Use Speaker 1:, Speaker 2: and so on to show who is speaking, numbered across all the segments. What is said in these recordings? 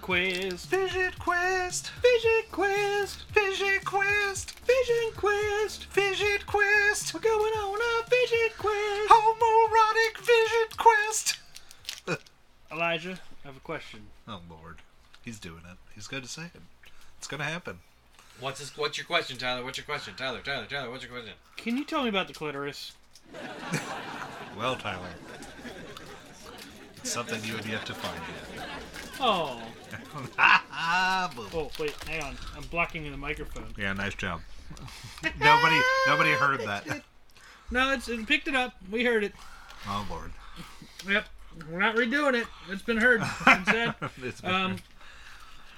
Speaker 1: Quest. Vision Quest. Vision Quest. Vision Quest. Vision Quest. Vision Quest. We're going on a Vision Quest. Homoerotic Vision Quest.
Speaker 2: Elijah, I have a question.
Speaker 1: Oh Lord, he's doing it. He's going to say it. It's going to happen.
Speaker 3: What's his, What's your question, Tyler? What's your question, Tyler? Tyler, Tyler, what's your question?
Speaker 2: Can you tell me about the clitoris?
Speaker 1: Well, Tyler, it's something you would yet to find yet.
Speaker 2: Oh.
Speaker 1: Ah, boo.
Speaker 2: Oh, wait, hang on. I'm blocking the microphone.
Speaker 1: Yeah, nice job. nobody, nobody heard that.
Speaker 2: No, it's it picked it up. We heard it.
Speaker 1: Oh Lord,
Speaker 2: Yep. We're not redoing it. It's been heard. It's been said.
Speaker 1: It's been-
Speaker 2: Um,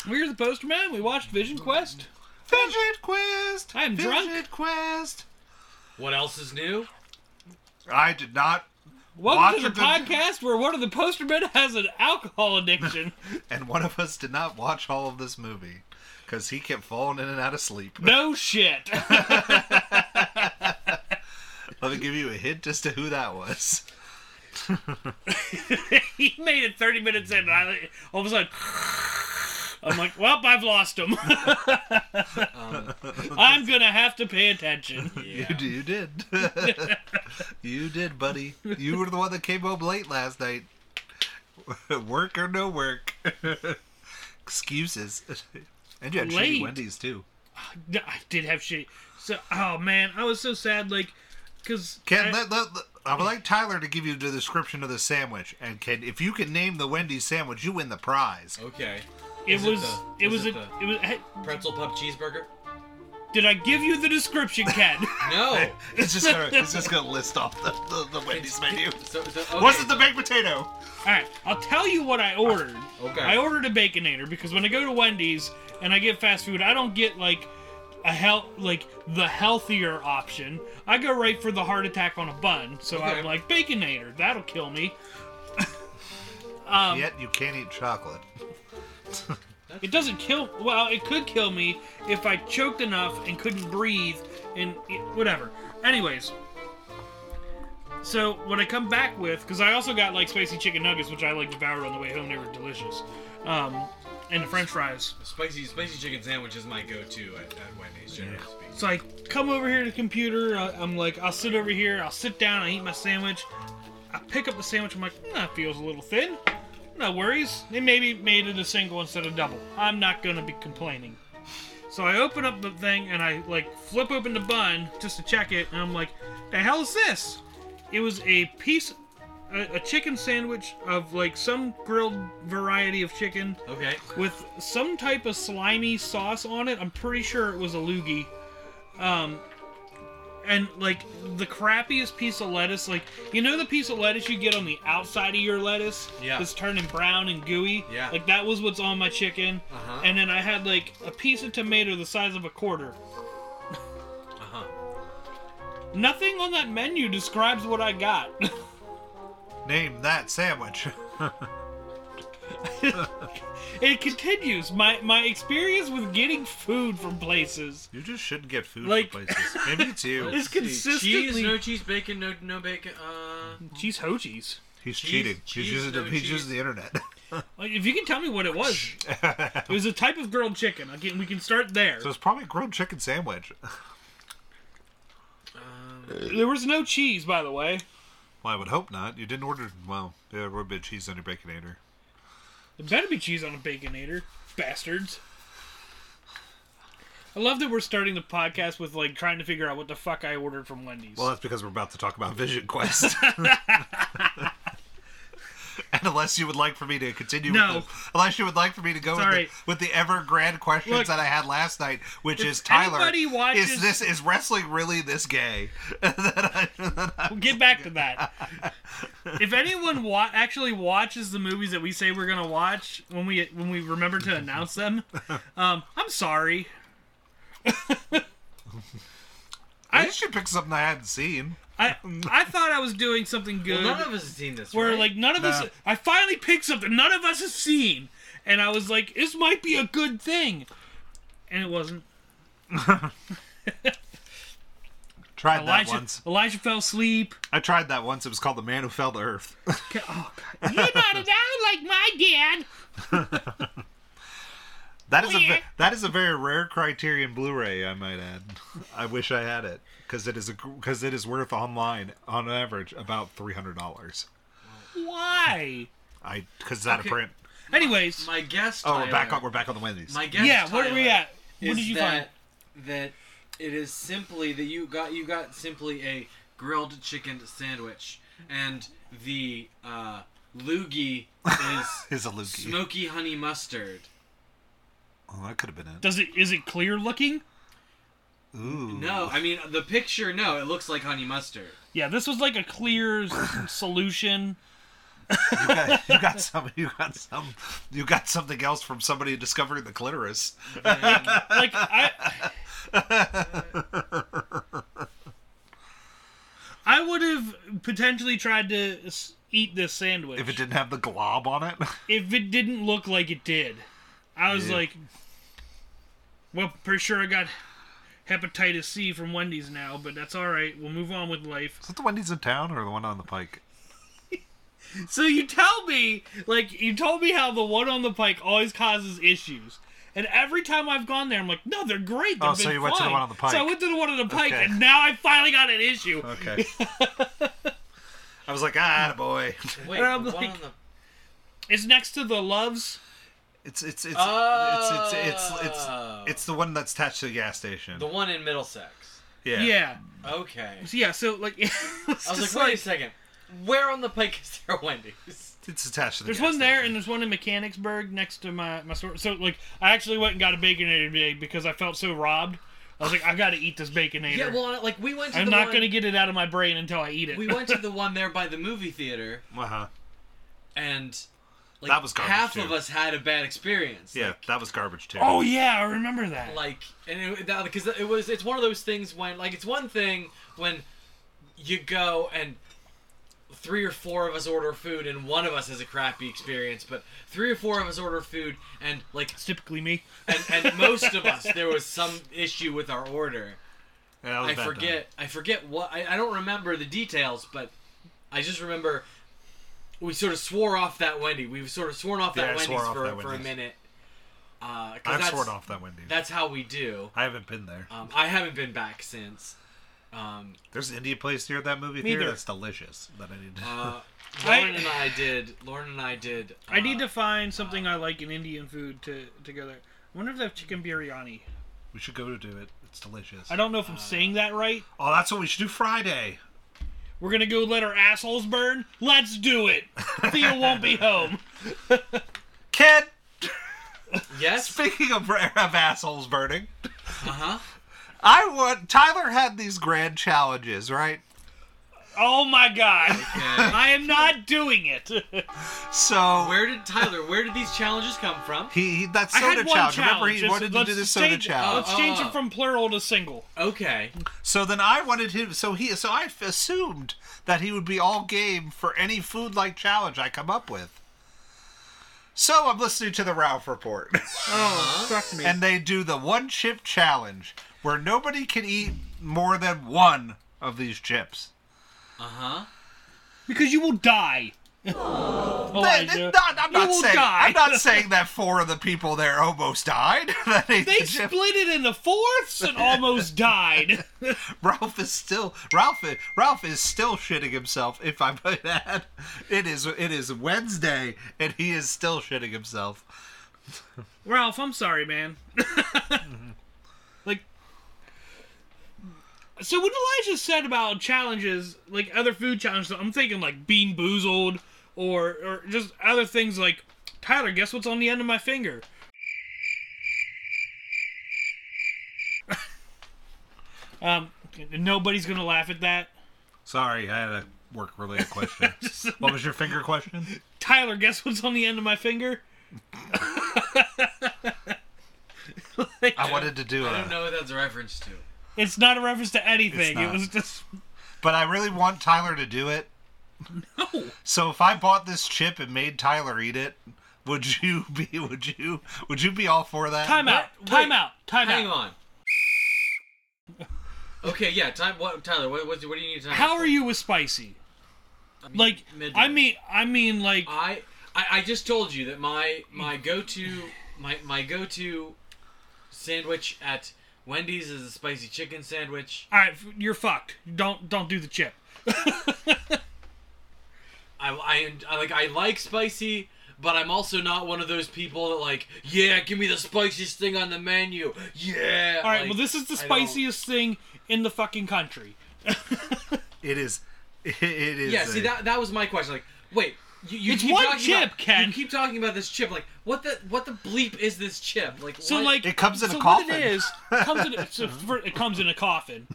Speaker 2: we're the poster man. We watched Vision Quest.
Speaker 1: Fidget Quest.
Speaker 2: I am drunk.
Speaker 1: Fidget Quest.
Speaker 3: What else is new?
Speaker 1: I did not,
Speaker 2: Welcome
Speaker 1: Watch
Speaker 2: to
Speaker 1: a
Speaker 2: the
Speaker 1: good-
Speaker 2: podcast where one of the poster men has an alcohol addiction.
Speaker 1: and one of us did not watch all of this movie because he kept falling in and out of sleep.
Speaker 2: no shit.
Speaker 1: Let me give you a hint as to who that was.
Speaker 2: he made it 30 minutes in, and I, all of a sudden, I'm like, well, I've lost him. I'm going to have to pay attention.
Speaker 3: Yeah.
Speaker 1: You, d- you did. you did, buddy. You were the one that came home late last night. work or no work. Excuses. And you had
Speaker 2: Late.
Speaker 1: shitty Wendy's too.
Speaker 2: No, I did have shitty. So, oh man, I was so sad, like, because.
Speaker 1: Ken, let, let, let- I would like Tyler to give you the description of the sandwich, and Ken, if you can name the Wendy's sandwich, you win the prize.
Speaker 3: Okay.
Speaker 2: It
Speaker 3: Is
Speaker 2: was.
Speaker 3: the-
Speaker 2: It was.
Speaker 3: is
Speaker 2: a-
Speaker 3: it the
Speaker 2: It was. hey,
Speaker 3: pretzel pub cheeseburger?
Speaker 2: Did I give you the description, Ken?
Speaker 3: No.
Speaker 1: It's just gonna, it's just gonna list off the, the, the Wendy's menu.
Speaker 3: So, so, okay,
Speaker 1: Was it the
Speaker 3: so-
Speaker 1: baked potato?
Speaker 2: All right, I'll tell you what I ordered.
Speaker 3: Okay.
Speaker 2: I ordered a baconator because when I go to Wendy's and I get fast food, I don't get like a hell like the healthier option. I go right for the heart attack on a bun. So
Speaker 3: Okay.
Speaker 2: I'm like baconator, that'll kill me. Um,
Speaker 1: Yet you can't eat chocolate.
Speaker 2: It doesn't kill. Well, it could kill me if I choked enough and couldn't breathe and it- whatever. Anyways, so when I come back with, because I also got like spicy chicken nuggets, which I like devoured on the way home. They were delicious, um, and the French fries.
Speaker 3: Spicy, spicy chicken sandwich is my go-to at, at Wendy's, generally speaking.
Speaker 2: So I come over here to the computer. I, I'm like, I'll sit over here. I'll sit down. I eat my sandwich. I pick up the sandwich. I'm like, "Mm, that feels a little thin. No worries. They maybe made it a single instead of double. I'm not gonna be complaining. So I open up the thing and I like flip open the bun just to check it, and I'm like, the hell is this? It was a piece, a, a chicken sandwich of like some grilled variety of chicken
Speaker 3: Okay.
Speaker 2: with some type of slimy sauce on it. I'm pretty sure it was a loogie. Um, and like the crappiest piece of lettuce, like you know the piece of lettuce you get on the outside of your lettuce,
Speaker 3: Yeah.
Speaker 2: that's turning brown and gooey.
Speaker 3: Yeah.
Speaker 2: like that was what's on my chicken.
Speaker 3: Uh-huh.
Speaker 2: And then I had like a piece of tomato the size of a quarter.
Speaker 3: Uh-huh.
Speaker 2: Nothing on that menu describes what I got.
Speaker 1: Name that sandwich.
Speaker 2: it continues my my experience with getting food from places
Speaker 1: You just shouldn't get food
Speaker 2: Like-
Speaker 1: from places. Maybe it's you.
Speaker 2: is
Speaker 3: Let's see. Cheese,
Speaker 2: consistently
Speaker 3: no cheese, bacon, no no bacon. Uh,
Speaker 2: cheese hoagies.
Speaker 1: He's
Speaker 3: Cheese-
Speaker 1: cheating.
Speaker 3: cheese,
Speaker 1: he's using
Speaker 3: no
Speaker 1: the, he's
Speaker 3: cheese.
Speaker 1: using the internet.
Speaker 2: Like, if you can tell me what it was, it was a type of grilled chicken. I can, we can start there.
Speaker 1: so it's probably grilled chicken sandwich.
Speaker 2: there was no cheese, by the way.
Speaker 1: Well, I would hope not. You didn't order. Well, there would be cheese on your baconator.
Speaker 2: There better be cheese on a baconator, bastards. I love that we're starting the podcast with like trying to figure out what the fuck I ordered from Wendy's.
Speaker 1: Well, that's because we're about to talk about Vision Quest. and unless you would like for me to continue,
Speaker 2: No.
Speaker 1: with the, unless you would like for me to go with
Speaker 2: Sorry.
Speaker 1: the, with the ever grand questions
Speaker 2: Look,
Speaker 1: that I had last night, which
Speaker 2: if
Speaker 1: is Tyler,
Speaker 2: anybody watches-
Speaker 1: is this is wrestling really this gay?
Speaker 2: We'll get back to that. if anyone wa- actually watches the movies that we say we're gonna watch when we when we remember to announce them, um, I'm sorry.
Speaker 1: I should pick something I hadn't seen.
Speaker 2: I I thought I was doing something
Speaker 3: well,
Speaker 2: good.
Speaker 3: none of us have seen this.
Speaker 2: where
Speaker 3: right?
Speaker 2: like none of us
Speaker 1: Nah.
Speaker 2: I finally picked something none of us has seen and I was like this might be a good thing and it wasn't
Speaker 1: Tried that
Speaker 2: Elijah
Speaker 1: once.
Speaker 2: Elijah fell asleep oh,
Speaker 1: I tried that once. It was called The Man Who Fell to Earth.
Speaker 2: you're not allowed like my dad
Speaker 1: That is a
Speaker 2: yeah.
Speaker 1: ve- that is a very rare Criterion Blu-ray, I might add. I wish I had it because it is because it is worth online on average about three hundred dollars.
Speaker 2: Why?
Speaker 1: I because it's out
Speaker 3: Okay.
Speaker 1: of print.
Speaker 2: Anyways,
Speaker 4: My guess.
Speaker 1: Oh, we're back
Speaker 4: Tyler,
Speaker 1: on we're back on the Wendy's.
Speaker 4: My guess.
Speaker 2: yeah, where are we
Speaker 4: Tyler,
Speaker 2: at?
Speaker 4: is
Speaker 2: What did you
Speaker 4: that, find? That it is simply that you got you got simply a grilled chicken sandwich, and the uh, loogie is
Speaker 1: is a loogie.
Speaker 4: smoky honey mustard.
Speaker 1: oh, that could have been it.
Speaker 2: find? Does it is it clear looking?
Speaker 1: Ooh.
Speaker 4: No, I mean the picture. No, it looks like honey mustard.
Speaker 2: Yeah, this was like a clear s- solution.
Speaker 1: you got, you got some. You got some. You got something else from somebody who discovered the clitoris.
Speaker 2: Like I I would have potentially tried to s- eat this sandwich
Speaker 1: If it didn't have the glob on it,
Speaker 2: if it didn't look like it did. I was
Speaker 1: Yeah.
Speaker 2: like, well, pretty sure I got hepatitis C from Wendy's now, but that's all right. We'll move on with life.
Speaker 1: is it the Wendy's in town or the one on the Pike?
Speaker 2: So you tell me, like, you told me how the one on the pike always causes issues. And every time I've gone there, I'm like, no, they're great. They've
Speaker 1: Oh, so
Speaker 2: been
Speaker 1: you went to the
Speaker 2: fine."
Speaker 1: one on the Pike.
Speaker 2: So I went to the one on the pike,
Speaker 1: Okay.
Speaker 2: and now I finally got an issue.
Speaker 1: Okay. I was like, ah, boy.
Speaker 4: Wait,
Speaker 2: And I'm
Speaker 4: the one
Speaker 2: like-
Speaker 4: on the
Speaker 2: It's next to the Loves.
Speaker 1: It's it's it's
Speaker 4: Oh.
Speaker 1: it's, it's it's it's it's the one that's attached to the gas station.
Speaker 4: the one in Middlesex.
Speaker 1: yeah.
Speaker 2: Yeah.
Speaker 4: Okay.
Speaker 2: So, yeah, so, like, it was
Speaker 4: I was
Speaker 2: just
Speaker 4: like, wait
Speaker 2: like-
Speaker 4: a second. Where on the pike is there Wendy's?
Speaker 1: It's attached to the.
Speaker 2: There's
Speaker 1: gas
Speaker 2: one there,
Speaker 1: station.
Speaker 2: and there's one in Mechanicsburg next to my, my store. So, like, I actually went and got a Baconator today because I felt so robbed. I was like, I got to eat this Baconator.
Speaker 4: Yeah, well, like we went to
Speaker 2: I'm
Speaker 4: the
Speaker 2: not
Speaker 4: one,
Speaker 2: going to get it out of my brain until I eat it.
Speaker 4: We went to the one there by the movie theater,
Speaker 1: Uh-huh.
Speaker 4: and like
Speaker 1: That was garbage,
Speaker 4: half
Speaker 1: too.
Speaker 4: of us had a bad experience.
Speaker 1: Yeah, that was garbage too.
Speaker 2: oh, yeah, I remember that.
Speaker 4: Like, and it, that because it was it's one of those things when like it's one thing when you go and three or four of us order food and one of us has a crappy experience, but three or four of us order food and like
Speaker 2: It's typically me.
Speaker 4: and, and most of us there was some issue with our order.
Speaker 1: Yeah, that was
Speaker 4: I
Speaker 1: a bad time.
Speaker 4: forget. I forget what. I, I don't remember the details, but I just remember we sort of swore off that Wendy. We've sort of sworn off
Speaker 1: Yeah,
Speaker 4: that
Speaker 1: I
Speaker 4: Wendy's
Speaker 1: swore off
Speaker 4: for,
Speaker 1: that
Speaker 4: for a
Speaker 1: Wendy's.
Speaker 4: minute. Uh, 'cause
Speaker 1: I've
Speaker 4: that's,
Speaker 1: sworn off that Wendy's.
Speaker 4: That's how we do.
Speaker 1: I haven't been there.
Speaker 4: Um, I haven't been back since. Um,
Speaker 1: There's an Indian place near that movie theater
Speaker 2: Neither.
Speaker 1: that's delicious that I need. to
Speaker 4: uh,
Speaker 2: I-
Speaker 4: Lauren and I did. Lauren and I did. Uh,
Speaker 2: I need to find something I like in Indian food to together. I wonder if they have chicken biryani.
Speaker 1: we should go to do it. It's delicious.
Speaker 2: I don't know if I'm saying that right.
Speaker 1: Oh, that's what we should do Friday.
Speaker 2: We're gonna go let our assholes burn. Let's do it. Theo won't be home.
Speaker 1: Kid,
Speaker 4: Yes.
Speaker 1: speaking of, of assholes burning,
Speaker 4: Uh huh.
Speaker 1: I want Tyler had these grand challenges, right?
Speaker 2: Oh my god.
Speaker 4: Okay.
Speaker 2: I am not doing it.
Speaker 1: So
Speaker 4: Where did Tyler? Where did these challenges come from?
Speaker 1: he, he that
Speaker 2: I
Speaker 1: soda
Speaker 2: had one
Speaker 1: challenge.
Speaker 2: challenge.
Speaker 1: Remember, he
Speaker 2: Just uh,
Speaker 1: wanted to
Speaker 2: let's
Speaker 1: do the soda
Speaker 2: change-
Speaker 1: challenge.
Speaker 2: Let's change
Speaker 4: Oh.
Speaker 2: it from plural to single.
Speaker 4: Okay.
Speaker 1: So then I wanted him. So he. So I assumed that he would be all game for any food like challenge I come up with. So I'm listening to the Ralph report.
Speaker 2: Oh, fuck me.
Speaker 1: and they do the one chip challenge where nobody can eat more than one of these chips.
Speaker 4: Uh huh.
Speaker 2: because you will die.
Speaker 1: They-
Speaker 2: Elijah,
Speaker 1: they- not- I'm,
Speaker 2: uh, you
Speaker 1: not
Speaker 2: will
Speaker 1: saying,
Speaker 2: die.
Speaker 1: I'm not saying that four of the people there almost died. that ate
Speaker 2: They
Speaker 1: the chip.
Speaker 2: split it into fourths and almost died.
Speaker 1: Ralph is still Ralph. i- Ralph is still shitting himself. If I might add, it is it is Wednesday and he is still shitting himself.
Speaker 2: Ralph, I'm sorry, man. like, so when Elijah said about challenges, like other food challenges, I'm thinking like bean boozled or or just other things like Tyler, guess what's on the end of my finger? um, nobody's gonna laugh at that.
Speaker 1: Sorry, I had a work related question. what was your finger question?
Speaker 2: Tyler, guess what's on the end of my finger? Like-
Speaker 1: I wanted to do
Speaker 4: I don't
Speaker 1: a,
Speaker 4: know what that's a reference to.
Speaker 2: It's not a reference to anything. It
Speaker 1: not.
Speaker 2: was just
Speaker 1: but I really want Tyler to do it.
Speaker 2: no.
Speaker 1: So if I bought this chip and made Tyler eat it, would you be would you would you be all for that?
Speaker 2: Time out.
Speaker 4: Wait,
Speaker 2: Time
Speaker 4: wait.
Speaker 2: out. Time
Speaker 4: Hang
Speaker 2: out.
Speaker 4: on. Okay, yeah, time. What, Tyler? What, what, do- what do you need to?
Speaker 2: How are you with spicy? Like,
Speaker 4: midway. Uh,
Speaker 2: I mean, I mean, like,
Speaker 4: I, I I just told you that my my go to my my go-to sandwich at Wendy's is a spicy chicken sandwich.
Speaker 2: All right, f- you're fucked. Don't don't do the chip.
Speaker 4: I, I, I like I like spicy, but I'm also not one of those people that like, yeah, give me the spiciest thing on the menu. Yeah.
Speaker 2: All right, well this is the spiciest thing in the fucking country.
Speaker 1: It is. It is.
Speaker 4: Yeah, see
Speaker 1: a-
Speaker 4: that that was my question. Like, wait, you, you
Speaker 2: It's
Speaker 4: keep
Speaker 2: one
Speaker 4: talking
Speaker 2: chip,
Speaker 4: about,
Speaker 2: Ken.
Speaker 4: You keep talking about this chip. Like, what the what the bleep is this chip? Like,
Speaker 2: So
Speaker 4: what-
Speaker 2: like
Speaker 1: It comes in a
Speaker 2: so What
Speaker 1: coffin.
Speaker 2: it is comes in a, so for, it comes in a coffin.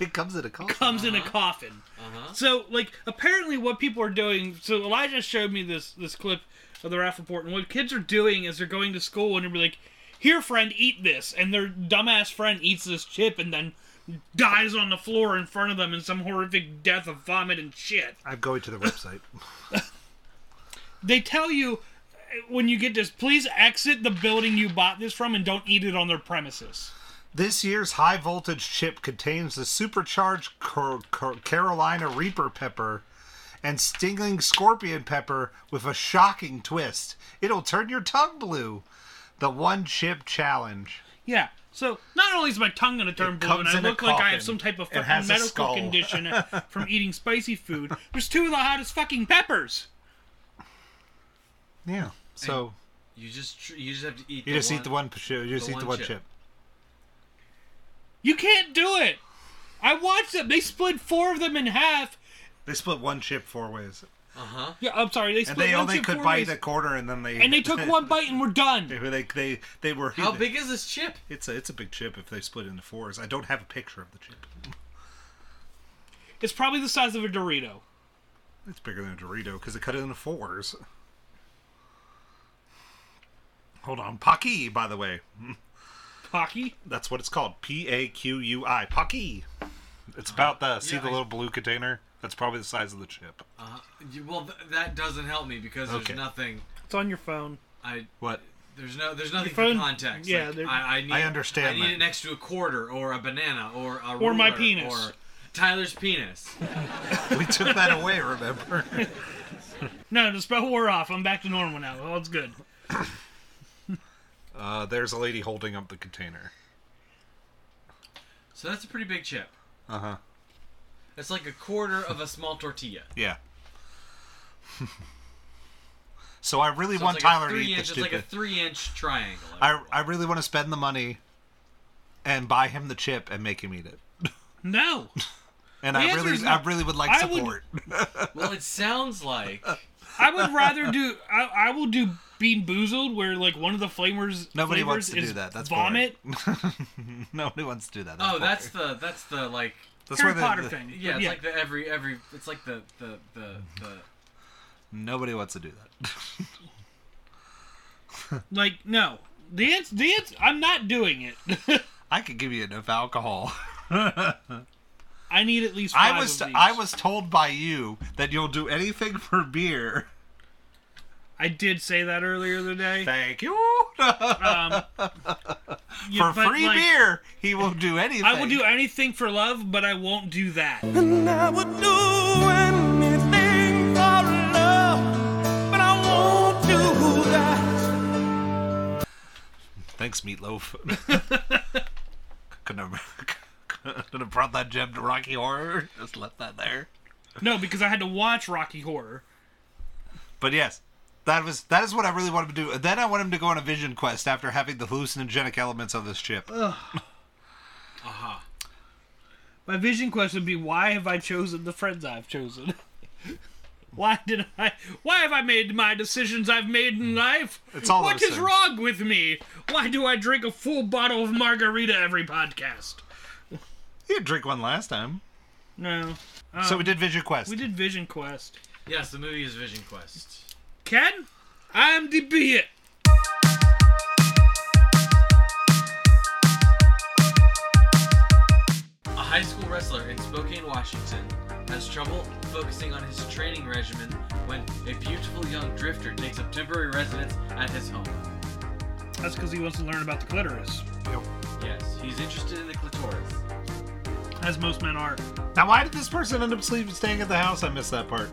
Speaker 1: It comes at a cost.
Speaker 2: Comes in a coffin.
Speaker 4: Uh-huh.
Speaker 2: So like apparently what people are doing. So Elijah showed me this this clip of the rap report, and what kids are doing is they're going to school and they're like, "Here, friend, eat this," and their dumbass friend eats this chip and then dies on the floor in front of them in some horrific death of vomit and shit.
Speaker 1: I'm going to the website.
Speaker 2: they tell you uh, when you get this, please exit the building you bought this from and don't eat it on their premises.
Speaker 1: This year's high voltage chip contains the supercharged Car- Car- Carolina Reaper pepper and stinging scorpion pepper with a shocking twist. It'll turn your tongue blue. The one chip challenge.
Speaker 2: Yeah. So not only is my tongue gonna turn
Speaker 1: It
Speaker 2: blue and
Speaker 1: comes
Speaker 2: I
Speaker 1: in a
Speaker 2: look like I
Speaker 1: coffin.
Speaker 2: have some type of
Speaker 1: It has
Speaker 2: fucking
Speaker 1: a
Speaker 2: medical
Speaker 1: skull.
Speaker 2: condition from eating spicy food, there's two of the hottest fucking peppers.
Speaker 1: Yeah. So
Speaker 4: you just tr- you just have to eat.
Speaker 1: you
Speaker 4: the
Speaker 1: just
Speaker 4: one,
Speaker 1: eat the one chip. You just
Speaker 4: the
Speaker 1: eat the
Speaker 4: one
Speaker 1: one
Speaker 4: chip.
Speaker 1: chip.
Speaker 2: You can't do it. I watched them. They split four of them in half.
Speaker 1: They split one chip four ways,
Speaker 4: Uh huh.
Speaker 2: Yeah, I'm sorry. They
Speaker 1: and
Speaker 2: split
Speaker 1: they
Speaker 2: one
Speaker 1: only
Speaker 2: chip
Speaker 1: could
Speaker 2: four
Speaker 1: bite
Speaker 2: ways,
Speaker 1: a quarter, and then they
Speaker 2: and they took one bite and we're done.
Speaker 1: They, they they were
Speaker 4: How big is this chip?
Speaker 1: It's a it's a big chip if they split it into fours. I don't have a picture of the chip.
Speaker 2: It's probably the size of a Dorito.
Speaker 1: It's bigger than a Dorito because they cut it into fours. Hold on, Paki, by the way,
Speaker 2: Pocky.
Speaker 1: that's what it's called. P A Q U I, Paki. It's about the see
Speaker 4: Yeah,
Speaker 1: the
Speaker 4: I-
Speaker 1: little blue container. That's probably the size of the chip.
Speaker 4: Uh, you, well, th- that doesn't help me because there's
Speaker 1: Okay.
Speaker 4: nothing.
Speaker 2: It's on your phone.
Speaker 4: I
Speaker 1: What?
Speaker 4: there's no there's nothing
Speaker 2: phone-
Speaker 4: for context.
Speaker 2: yeah,
Speaker 4: Like,
Speaker 2: there-
Speaker 4: I, I need.
Speaker 1: I understand
Speaker 4: I need
Speaker 1: that.
Speaker 4: it next to a quarter or a banana or a
Speaker 2: Or my
Speaker 4: ruler
Speaker 2: penis.
Speaker 4: or Tyler's penis.
Speaker 1: We took that away. Remember?
Speaker 2: No, the spell wore off. I'm back to normal now. All it's good.
Speaker 1: Uh, there's a lady holding up the container.
Speaker 4: So that's a pretty big chip.
Speaker 1: Uh huh.
Speaker 4: That's like a quarter of a small tortilla.
Speaker 1: Yeah. so I really
Speaker 4: So
Speaker 1: want
Speaker 4: it's like
Speaker 1: Tyler
Speaker 4: a
Speaker 1: to
Speaker 4: three
Speaker 1: eat the
Speaker 4: inch, It's like
Speaker 1: stupid.
Speaker 4: a three inch triangle.
Speaker 1: I I really want to spend the money and buy him the chip and make him eat it.
Speaker 2: No.
Speaker 1: And
Speaker 2: The
Speaker 1: I
Speaker 2: answer
Speaker 1: really
Speaker 2: is no.
Speaker 1: I really would like
Speaker 2: I would-
Speaker 1: support.
Speaker 4: well, it sounds like oh,
Speaker 2: I would rather do. I, I will do Bean Boozled, where like one of the flavors.
Speaker 1: Nobody
Speaker 2: flavors
Speaker 1: wants to
Speaker 2: is
Speaker 1: do that. That's
Speaker 2: vomit.
Speaker 1: boring. Nobody wants to do that.
Speaker 4: oh,
Speaker 1: boring.
Speaker 4: that's the that's the like
Speaker 1: That's
Speaker 2: Harry
Speaker 1: where the-
Speaker 2: Potter
Speaker 1: the-
Speaker 2: thing.
Speaker 4: yeah,
Speaker 2: But
Speaker 4: it's like the every every it's like the the the, the
Speaker 1: Nobody wants to do that.
Speaker 2: like, no. The answer, the ans- I'm not doing it.
Speaker 1: I could give you enough alcohol.
Speaker 2: I need at least. Five
Speaker 1: I was
Speaker 2: Of these.
Speaker 1: I was told by you that you'll do anything for beer.
Speaker 2: I did say that earlier today.
Speaker 1: Thank you.
Speaker 2: Um, yeah,
Speaker 1: for
Speaker 2: but,
Speaker 1: free
Speaker 2: like,
Speaker 1: beer, he will do anything.
Speaker 2: I will do anything for love, but I won't do that.
Speaker 5: And I would do anything for love, but I won't do that.
Speaker 1: Thanks, Meatloaf. couldn't, have, couldn't have brought that gem to Rocky Horror. Just left that there.
Speaker 2: No, because I had to watch Rocky Horror.
Speaker 1: But yes, that was that is what I really want him to do. And then I want him to go on a vision quest after having the hallucinogenic elements of this chip.
Speaker 4: aha.
Speaker 2: My vision quest would be why have I chosen the friends I've chosen? why did I why have I made my decisions I've made in life?
Speaker 1: It's all
Speaker 2: What
Speaker 1: those
Speaker 2: is
Speaker 1: things.
Speaker 2: wrong with me? Why do I drink a full bottle of margarita every podcast?
Speaker 1: You did drink one last time.
Speaker 2: No.
Speaker 1: so we did vision quest.
Speaker 2: We did vision quest.
Speaker 4: Yes, the movie is Vision Quest.
Speaker 2: Ken, I'm the be it.
Speaker 4: A high school wrestler in Spokane, Washington, has trouble focusing on his training regimen when a beautiful young drifter takes up temporary residence at his home.
Speaker 2: That's because he wants to learn about the clitoris,
Speaker 4: Yes, he's interested in the clitoris.
Speaker 2: as most men are.
Speaker 4: Oh,
Speaker 1: Now, why did this person end up sleeping, staying at the house? I missed that part.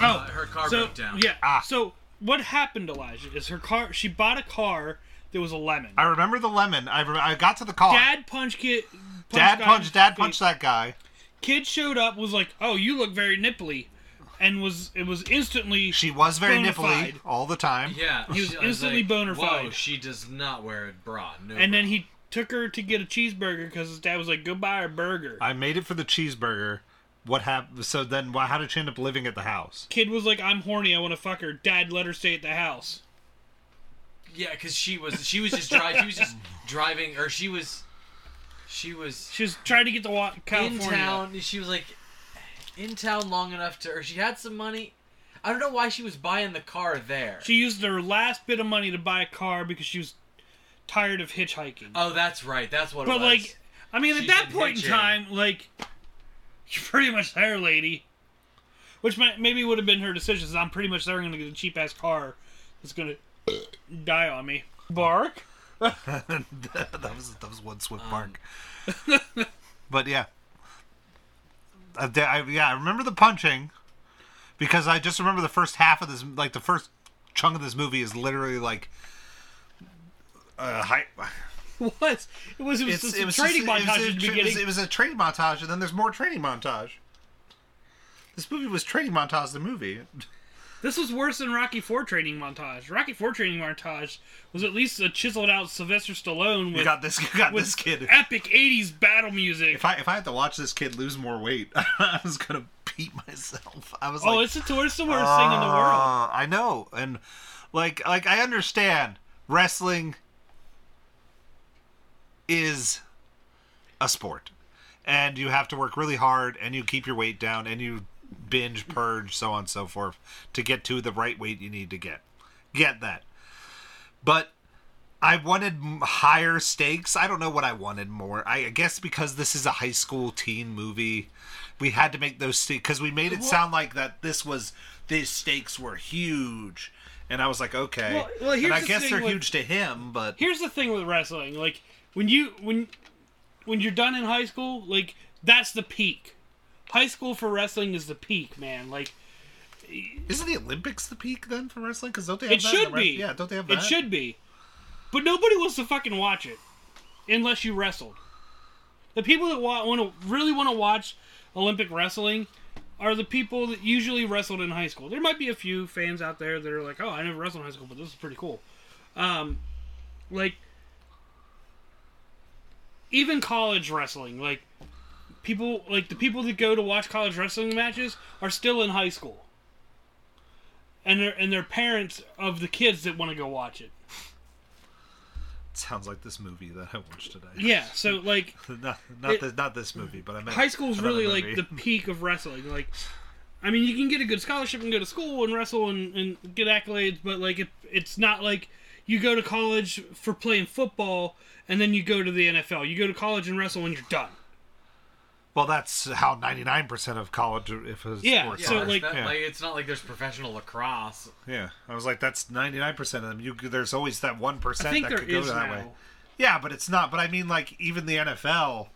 Speaker 2: Oh,
Speaker 4: her car
Speaker 2: so,
Speaker 4: broke down.
Speaker 2: Yeah.
Speaker 1: Ah.
Speaker 2: So what happened, Elijah, is her car. She bought a car that was a lemon.
Speaker 1: I remember the lemon. I, re- I got to the car.
Speaker 2: Dad punch kid. Punch
Speaker 1: dad
Speaker 2: guy in
Speaker 1: punched.
Speaker 2: the
Speaker 1: Dad
Speaker 2: face.
Speaker 1: punched that guy.
Speaker 2: Kid showed up, was like, "Oh, you look very nipply," and was it was instantly
Speaker 1: She was very
Speaker 2: Bonafide.
Speaker 1: nipply all the time.
Speaker 4: Yeah,
Speaker 2: He was
Speaker 4: I
Speaker 2: instantly bona
Speaker 4: Whoa,
Speaker 2: fide."
Speaker 4: she does not wear a bra. No
Speaker 2: And
Speaker 4: bra."
Speaker 2: then he took her to get a cheeseburger because his dad was like, "Go buy a burger."
Speaker 1: I made it for the cheeseburger. What happened? So then, why, how did she end up living at the house?
Speaker 2: Kid was like, "I'm horny. I want to fuck her." Dad let her stay at the house.
Speaker 4: yeah, because she was she was just driving. she was just driving, or she was she was
Speaker 2: She was trying to get to wa- California.
Speaker 4: in town. She was like in town long enough to, or she had some money. I don't know why she was buying the car there.
Speaker 2: She used her last bit of money to buy a car because she was tired of hitchhiking.
Speaker 4: oh, that's right. That's what. it
Speaker 2: but
Speaker 4: was.
Speaker 2: like, I mean, at
Speaker 4: She's
Speaker 2: that
Speaker 4: been
Speaker 2: point
Speaker 4: hitching.
Speaker 2: in time, like, you're pretty much there, lady. Which might, maybe would have been her decision. Is I'm pretty much there. I'm gonna get a cheap ass car that's gonna die on me. Bark.
Speaker 1: that was that was one swift bark. but yeah, I, d- I- yeah, I remember the punching because I just remember the first half of this, like the first chunk of this movie is literally like. Uh, hi-
Speaker 2: What? It was. It was,
Speaker 1: it's,
Speaker 2: just
Speaker 1: it
Speaker 2: a
Speaker 1: was
Speaker 2: training
Speaker 1: just- it was
Speaker 2: montage
Speaker 1: a-
Speaker 2: at the
Speaker 1: it was,
Speaker 2: beginning.
Speaker 1: it was a training montage, and then there's more training montage. This movie was training montage. The movie.
Speaker 2: This was worse than Rocky Four training montage. Rocky Four training montage was at least a chiseled out Sylvester Stallone
Speaker 1: You
Speaker 2: with,
Speaker 1: got this. You got
Speaker 2: with
Speaker 1: this kid.
Speaker 2: epic '80s battle music.
Speaker 1: If I if I had to watch this kid lose more weight, I was gonna beat myself. I was
Speaker 2: oh,
Speaker 1: like,
Speaker 2: it's the worst, the worst thing in the world.
Speaker 1: Uh, I know, and like like I understand wrestling is a sport, and you have to work really hard, and you keep your weight down, and you binge purge, so on and so forth, to get to the right weight you need to get. Get that, but. I wanted m- higher stakes. I don't know what I wanted more. I I guess because this is a high school teen movie, we had to make those stakes because we made it sound like that this was these stakes were huge, and I was like, okay.
Speaker 2: Well- well, here's
Speaker 1: and I
Speaker 2: the
Speaker 1: guess
Speaker 2: thing
Speaker 1: they're
Speaker 2: with-
Speaker 1: huge to him, but
Speaker 2: Here's the thing with wrestling: like when you when when you're done in high school, like that's the peak. High school for wrestling is the peak, man. Like
Speaker 1: isn't the Olympics the peak then for wrestling? Because don't they? Have
Speaker 2: it
Speaker 1: that in
Speaker 2: should
Speaker 1: the re-
Speaker 2: be.
Speaker 1: Yeah, don't they have that?
Speaker 2: It should be, but nobody wants to fucking watch it unless you wrestled. The people that wa- want to really want to watch Olympic wrestling are the people that usually wrestled in high school. There might be a few fans out there that are like, "Oh, I never wrestled in high school, but this is pretty cool." Um, like even college wrestling, like people like the people that go to watch college wrestling matches are still in high school and their and their parents of the kids that want to go watch it.
Speaker 1: Sounds like this movie that I watched today.
Speaker 2: Yeah, so like
Speaker 1: not not
Speaker 2: It-
Speaker 1: this not this movie, but I meant
Speaker 2: high school's
Speaker 1: another
Speaker 2: really like
Speaker 1: movie.
Speaker 2: the peak of wrestling. Like, I mean, you can get a good scholarship and go to school and wrestle and, and get accolades, but like it, it's not like you go to college for playing football and then you go to the NFL. You go to college and wrestle and you're done.
Speaker 1: Well, that's how ninety nine percent of college if it's
Speaker 2: Yeah,
Speaker 1: sports
Speaker 2: so,
Speaker 1: are.
Speaker 2: like-
Speaker 4: that,
Speaker 1: yeah.
Speaker 4: like it's not like there's professional lacrosse.
Speaker 1: Yeah, I was like, that's ninety nine percent of them. You there's always that one
Speaker 2: I
Speaker 1: percent
Speaker 2: think
Speaker 1: that
Speaker 2: there
Speaker 1: could go
Speaker 2: is
Speaker 1: that
Speaker 2: now.
Speaker 1: way. Yeah, but it's not. But I mean, like even the NFL,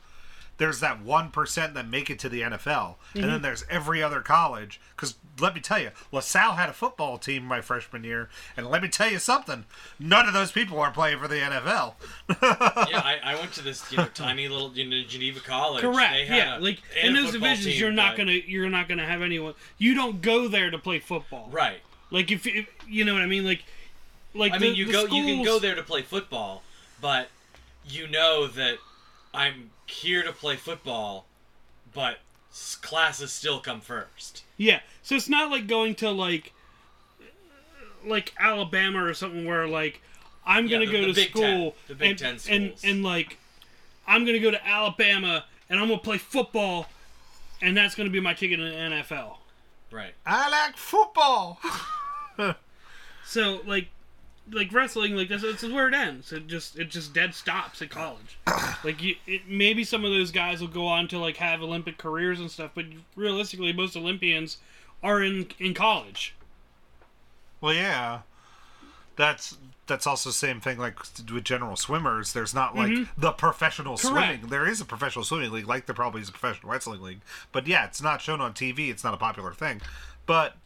Speaker 1: there's that one percent that make it to the NFL, and
Speaker 2: Mm-hmm.
Speaker 1: then there's every other college. Because let me tell you, LaSalle had a football team my freshman year, and let me tell you something: none of those people are playing for the NFL.
Speaker 3: yeah, I, I went to this you know, tiny little you know, Geneva college. They
Speaker 2: Correct.
Speaker 3: had
Speaker 2: Yeah,
Speaker 3: a-
Speaker 2: like
Speaker 3: they had
Speaker 2: in
Speaker 3: a
Speaker 2: those
Speaker 3: football
Speaker 2: divisions,
Speaker 3: team,
Speaker 2: you're not
Speaker 3: but-
Speaker 2: gonna you're not gonna have anyone. You don't go there to play football.
Speaker 3: Right.
Speaker 2: Like if, if you know what I mean. Like, like
Speaker 3: I
Speaker 2: the-
Speaker 3: mean, you
Speaker 2: the
Speaker 3: go. You can
Speaker 2: schools-
Speaker 3: go there to play football, but you know that I'm here to play football, but s- classes still come first.
Speaker 2: Yeah, so it's not like going to like like Alabama or something where like I'm
Speaker 3: Yeah,
Speaker 2: gonna
Speaker 3: the-
Speaker 2: go
Speaker 3: the
Speaker 2: to
Speaker 3: Big
Speaker 2: school
Speaker 3: Ten- the Big
Speaker 2: and,
Speaker 3: Ten
Speaker 2: and
Speaker 3: schools.
Speaker 2: and like I'm gonna go to Alabama and I'm gonna play football and that's gonna be my ticket in the NFL.
Speaker 3: Right.
Speaker 1: I like football.
Speaker 2: So like like wrestling like that's, that's where it ends. It just it just dead stops at college. like you, it, maybe some of those guys will go on to like have Olympic careers and stuff, but realistically most Olympians are in in college.
Speaker 1: Well, yeah, that's that's also the same thing like with general swimmers. There's not like the professional
Speaker 2: Correct.
Speaker 1: swimming. There is a professional swimming league, like there probably is a professional wrestling league. But yeah, it's not shown on TV. It's not a popular thing. But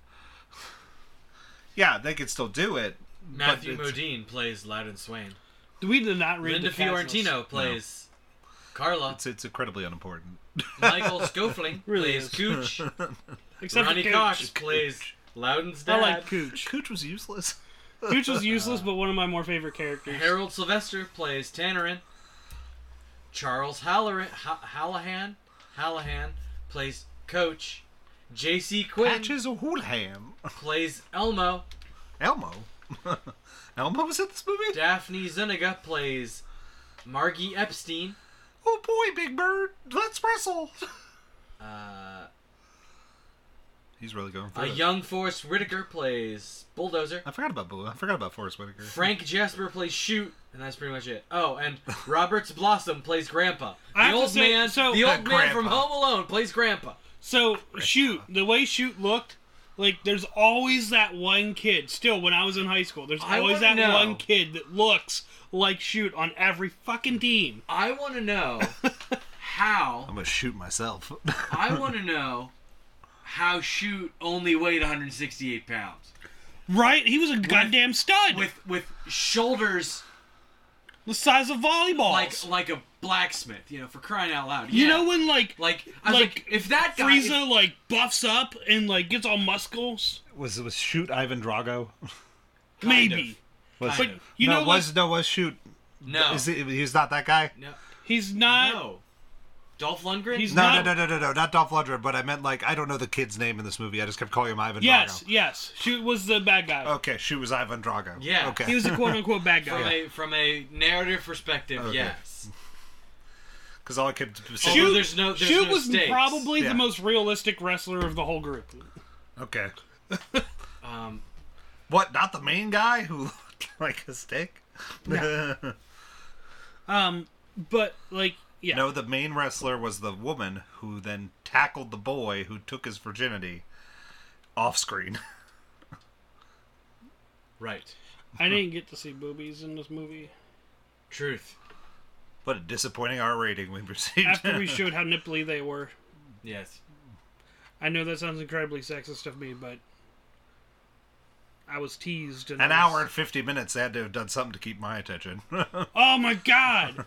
Speaker 1: Yeah, they could still do it. but
Speaker 3: Matthew
Speaker 1: it's-
Speaker 3: Modine plays Loudon Swain.
Speaker 2: We did not read
Speaker 4: Linda
Speaker 2: the cast list.
Speaker 4: Fiorentino plays Carla.
Speaker 1: It's, it's incredibly unimportant.
Speaker 4: Michael Scofling
Speaker 2: Really
Speaker 4: plays
Speaker 2: is.
Speaker 4: Cooch.
Speaker 2: Except for
Speaker 4: Ronnie
Speaker 2: Cooch.
Speaker 4: Cox plays Loudon's dad.
Speaker 2: I like Cooch.
Speaker 1: Cooch was useless.
Speaker 2: Cooch was useless, but one of my more favorite characters.
Speaker 4: Harold Sylvester plays Tannerin. Charles Halloran, ha- Hallahan, Hallahan plays Coach. J.C. Quinn
Speaker 1: Patches a Hoolham.
Speaker 4: plays Elmo.
Speaker 1: Elmo. Elmo was in this movie?
Speaker 4: Daphne Zuniga plays Margie Epstein.
Speaker 1: Oh boy, Big Bird, let's wrestle.
Speaker 4: Uh,
Speaker 1: He's really going for
Speaker 4: a
Speaker 1: it.
Speaker 4: young Forrest Whitaker plays Bulldozer.
Speaker 1: I forgot about Blue. I forgot about Forrest Whitaker.
Speaker 4: Frank Jasper plays Shoot, and that's pretty much it. Oh, and Roberts Blossom plays Grandpa.
Speaker 2: I
Speaker 4: The
Speaker 2: have to
Speaker 4: old
Speaker 2: say-
Speaker 4: man,
Speaker 2: so-
Speaker 4: the old man
Speaker 1: Grandpa.
Speaker 4: from Home Alone plays Grandpa.
Speaker 2: So shoot, the way shoot looked, like there's always that one kid. Still, when I was in high school, there's
Speaker 4: I
Speaker 2: always
Speaker 4: wanna
Speaker 2: that
Speaker 4: know.
Speaker 2: one kid that looks like shoot on every fucking team.
Speaker 4: I want to know how.
Speaker 1: I'm gonna shoot myself.
Speaker 4: I want to know how Shoot only weighed 168 pounds
Speaker 2: Right? He was a goddamn stud
Speaker 4: with with shoulders
Speaker 2: the size of volleyballs.
Speaker 4: like like a blacksmith. You know, for crying out loud.
Speaker 2: you
Speaker 4: Yeah.
Speaker 2: know when like
Speaker 4: like I was like,
Speaker 2: like,
Speaker 4: if that guy if-
Speaker 2: Frieza like buffs up and like gets all muscles,
Speaker 1: was was shoot Ivan Drago?
Speaker 4: Kind
Speaker 2: maybe.
Speaker 4: of.
Speaker 1: Was,
Speaker 4: Kind
Speaker 2: But
Speaker 4: of.
Speaker 2: you
Speaker 1: no,
Speaker 2: know,
Speaker 1: was
Speaker 2: like,
Speaker 1: no was shoot?
Speaker 4: no
Speaker 1: Is he, he's not that guy.
Speaker 4: no
Speaker 2: he's not.
Speaker 4: no Dolph Lundgren.
Speaker 2: He's
Speaker 1: No,
Speaker 2: not.
Speaker 1: no, no, no, no, no, not Dolph Lundgren. But I meant like I don't know the kid's name in this movie. I just kept calling him Ivan
Speaker 2: Yes,
Speaker 1: Drago.
Speaker 2: yes. Shoot was the bad guy.
Speaker 1: Okay, shoot was Ivan Drago.
Speaker 4: Yeah,
Speaker 1: Okay.
Speaker 2: He was the quote unquote bad
Speaker 4: from
Speaker 2: guy.
Speaker 4: a from a narrative perspective,
Speaker 1: Okay.
Speaker 4: yes.
Speaker 1: Because all I kept saying.
Speaker 4: Although
Speaker 2: Shoot,
Speaker 4: there's no- there's
Speaker 2: Shoot
Speaker 4: no
Speaker 2: was
Speaker 4: stakes.
Speaker 2: probably
Speaker 1: Yeah.
Speaker 2: the most realistic wrestler of the whole group.
Speaker 1: Okay.
Speaker 4: Um,
Speaker 1: What? Not the main guy who looked like a stick.
Speaker 2: Um, but like, yeah,
Speaker 1: No, the main wrestler was the woman who then tackled the boy who took his virginity off screen.
Speaker 4: right.
Speaker 2: I didn't get to see boobies in this movie.
Speaker 4: Truth.
Speaker 1: What a disappointing R rating we received.
Speaker 2: After we showed how nipply they were,
Speaker 4: Yes.
Speaker 2: I know that sounds incredibly sexist of me, but I was teased. And
Speaker 1: An
Speaker 2: I was-
Speaker 1: hour and 50 minutes, they had to have done something to keep my attention.
Speaker 2: Oh my god!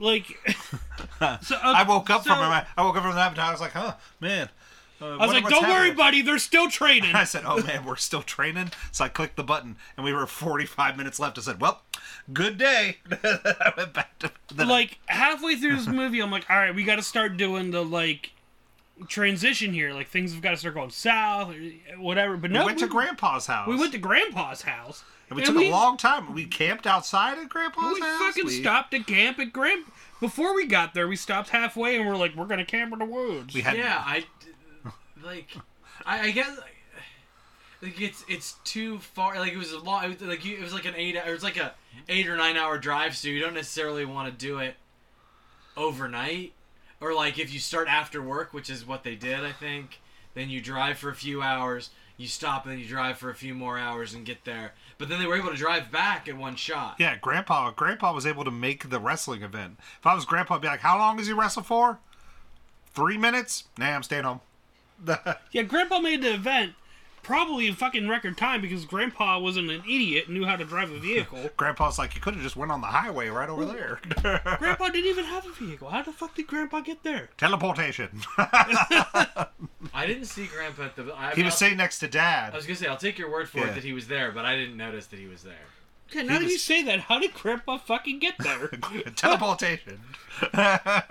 Speaker 2: like, so, okay,
Speaker 1: I woke up
Speaker 2: so-
Speaker 1: from my, I woke up from that, and I was like, huh, man. uh,
Speaker 2: I was like, "Don't worry, buddy. They're still training."
Speaker 1: I said, "Oh man, we're still training." So I clicked the button, and we were 45 minutes left. I said, "Well, good day." I went back to the
Speaker 2: like halfway through this movie, I'm like, all right, we got to start doing the like transition here. Like things have got to start going south, or whatever. But
Speaker 1: We
Speaker 2: no,
Speaker 1: went to Grandpa's house.
Speaker 2: we went to Grandpa's house.
Speaker 1: And we took a long time. We camped outside at Grandpa's
Speaker 2: We
Speaker 1: house.
Speaker 2: fucking
Speaker 1: we,
Speaker 2: stopped at camp at Grand. Before we got there, we stopped halfway and we're like, we're gonna camp in the woods.
Speaker 1: We had
Speaker 4: Yeah, I like. I, I guess like it's it's too far. Like it was a long. It was like you, it was like an eight. It was like a eight or nine hour drive. So you don't necessarily want to do it overnight, or like if you start after work, which is what they did, I think. Then you drive for a few hours. You stop and then you drive for a few more hours and get there. But then they were able to drive back in one shot.
Speaker 1: Yeah, Grandpa. Grandpa was able to make the wrestling event. If I was Grandpa, I'd be like, "How long does he wrestle for? Three minutes? Nah, I'm staying home."
Speaker 2: Yeah, Grandpa made the event probably in fucking record time because Grandpa wasn't an idiot and knew how to drive a vehicle.
Speaker 1: Grandpa's like, "You could have just went on the highway right over there."
Speaker 2: Grandpa didn't even have a vehicle. How the fuck did Grandpa get there?
Speaker 1: Teleportation.
Speaker 4: I didn't see Grandpa at the. I,
Speaker 1: he was sitting next to Dad.
Speaker 4: I was gonna say I'll take your word for
Speaker 1: Yeah.
Speaker 4: it that he was there, but I didn't notice that he was there.
Speaker 2: Okay, now that
Speaker 1: was-
Speaker 2: you say that, how did Grandpa fucking get there?
Speaker 1: Teleportation.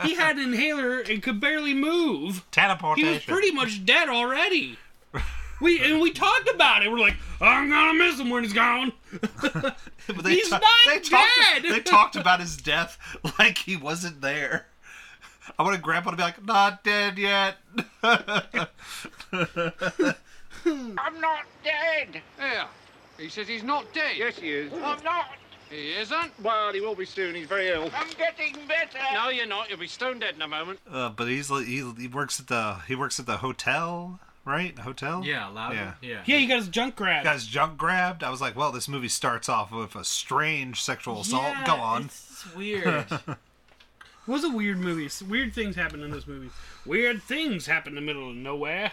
Speaker 2: he had an inhaler and could barely move. He
Speaker 1: Teleportation.
Speaker 2: was pretty much dead already. We and we talked about it. We're like, I'm gonna miss him when he's gone.
Speaker 1: But they
Speaker 2: He's
Speaker 1: ta-
Speaker 2: not
Speaker 1: they talked-
Speaker 2: dead!
Speaker 1: they talked about his death like he wasn't there. I wanted Grandpa to be like, "Not dead yet." Uh,
Speaker 6: I'm not dead.
Speaker 7: Yeah. He says he's not dead.
Speaker 6: Yes, he is. I'm not.
Speaker 7: He isn't.
Speaker 6: Well, he will be soon. He's very ill. I'm getting better.
Speaker 7: No, you're not. You'll be stone dead in a moment.
Speaker 1: Uh, but he's li- he, he works at the he works at the hotel, right? Hotel.
Speaker 4: Yeah, loud.
Speaker 1: Yeah.
Speaker 4: Yeah.
Speaker 2: Yeah, he got his junk grabbed.
Speaker 1: Got his junk grabbed. I was like, well, this movie starts off with a strange sexual assault.
Speaker 4: Yeah,
Speaker 1: Go on.
Speaker 4: It's weird.
Speaker 2: It was a weird movie. S- Weird things happen in this movie. Weird things happen in the middle of nowhere.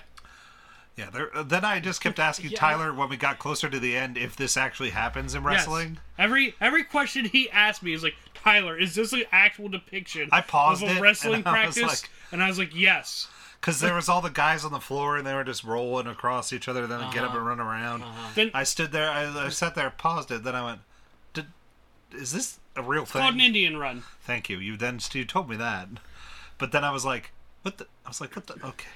Speaker 1: Yeah, there, uh, then I just kept asking
Speaker 4: Yeah.
Speaker 1: Tyler when we got closer to the end if this actually happens in wrestling.
Speaker 2: Yes. Every every question he asked me is like, Tyler, is this an actual depiction?
Speaker 1: I
Speaker 2: of
Speaker 1: paused it,
Speaker 2: a
Speaker 1: and
Speaker 2: wrestling
Speaker 1: I was
Speaker 2: practice,
Speaker 1: like-
Speaker 2: and I was like, yes.
Speaker 1: Because there was all the guys on the floor and they were just rolling across each other, then I'd get
Speaker 2: Uh-huh.
Speaker 1: up and run around.
Speaker 2: Then
Speaker 1: I stood there, I, I sat there, paused it, then I went, Did, Is this a real thing?
Speaker 2: called an Indian run.
Speaker 1: Thank you. You then you told me that, but then I was like, "What the?" I was like, "What the?" Okay.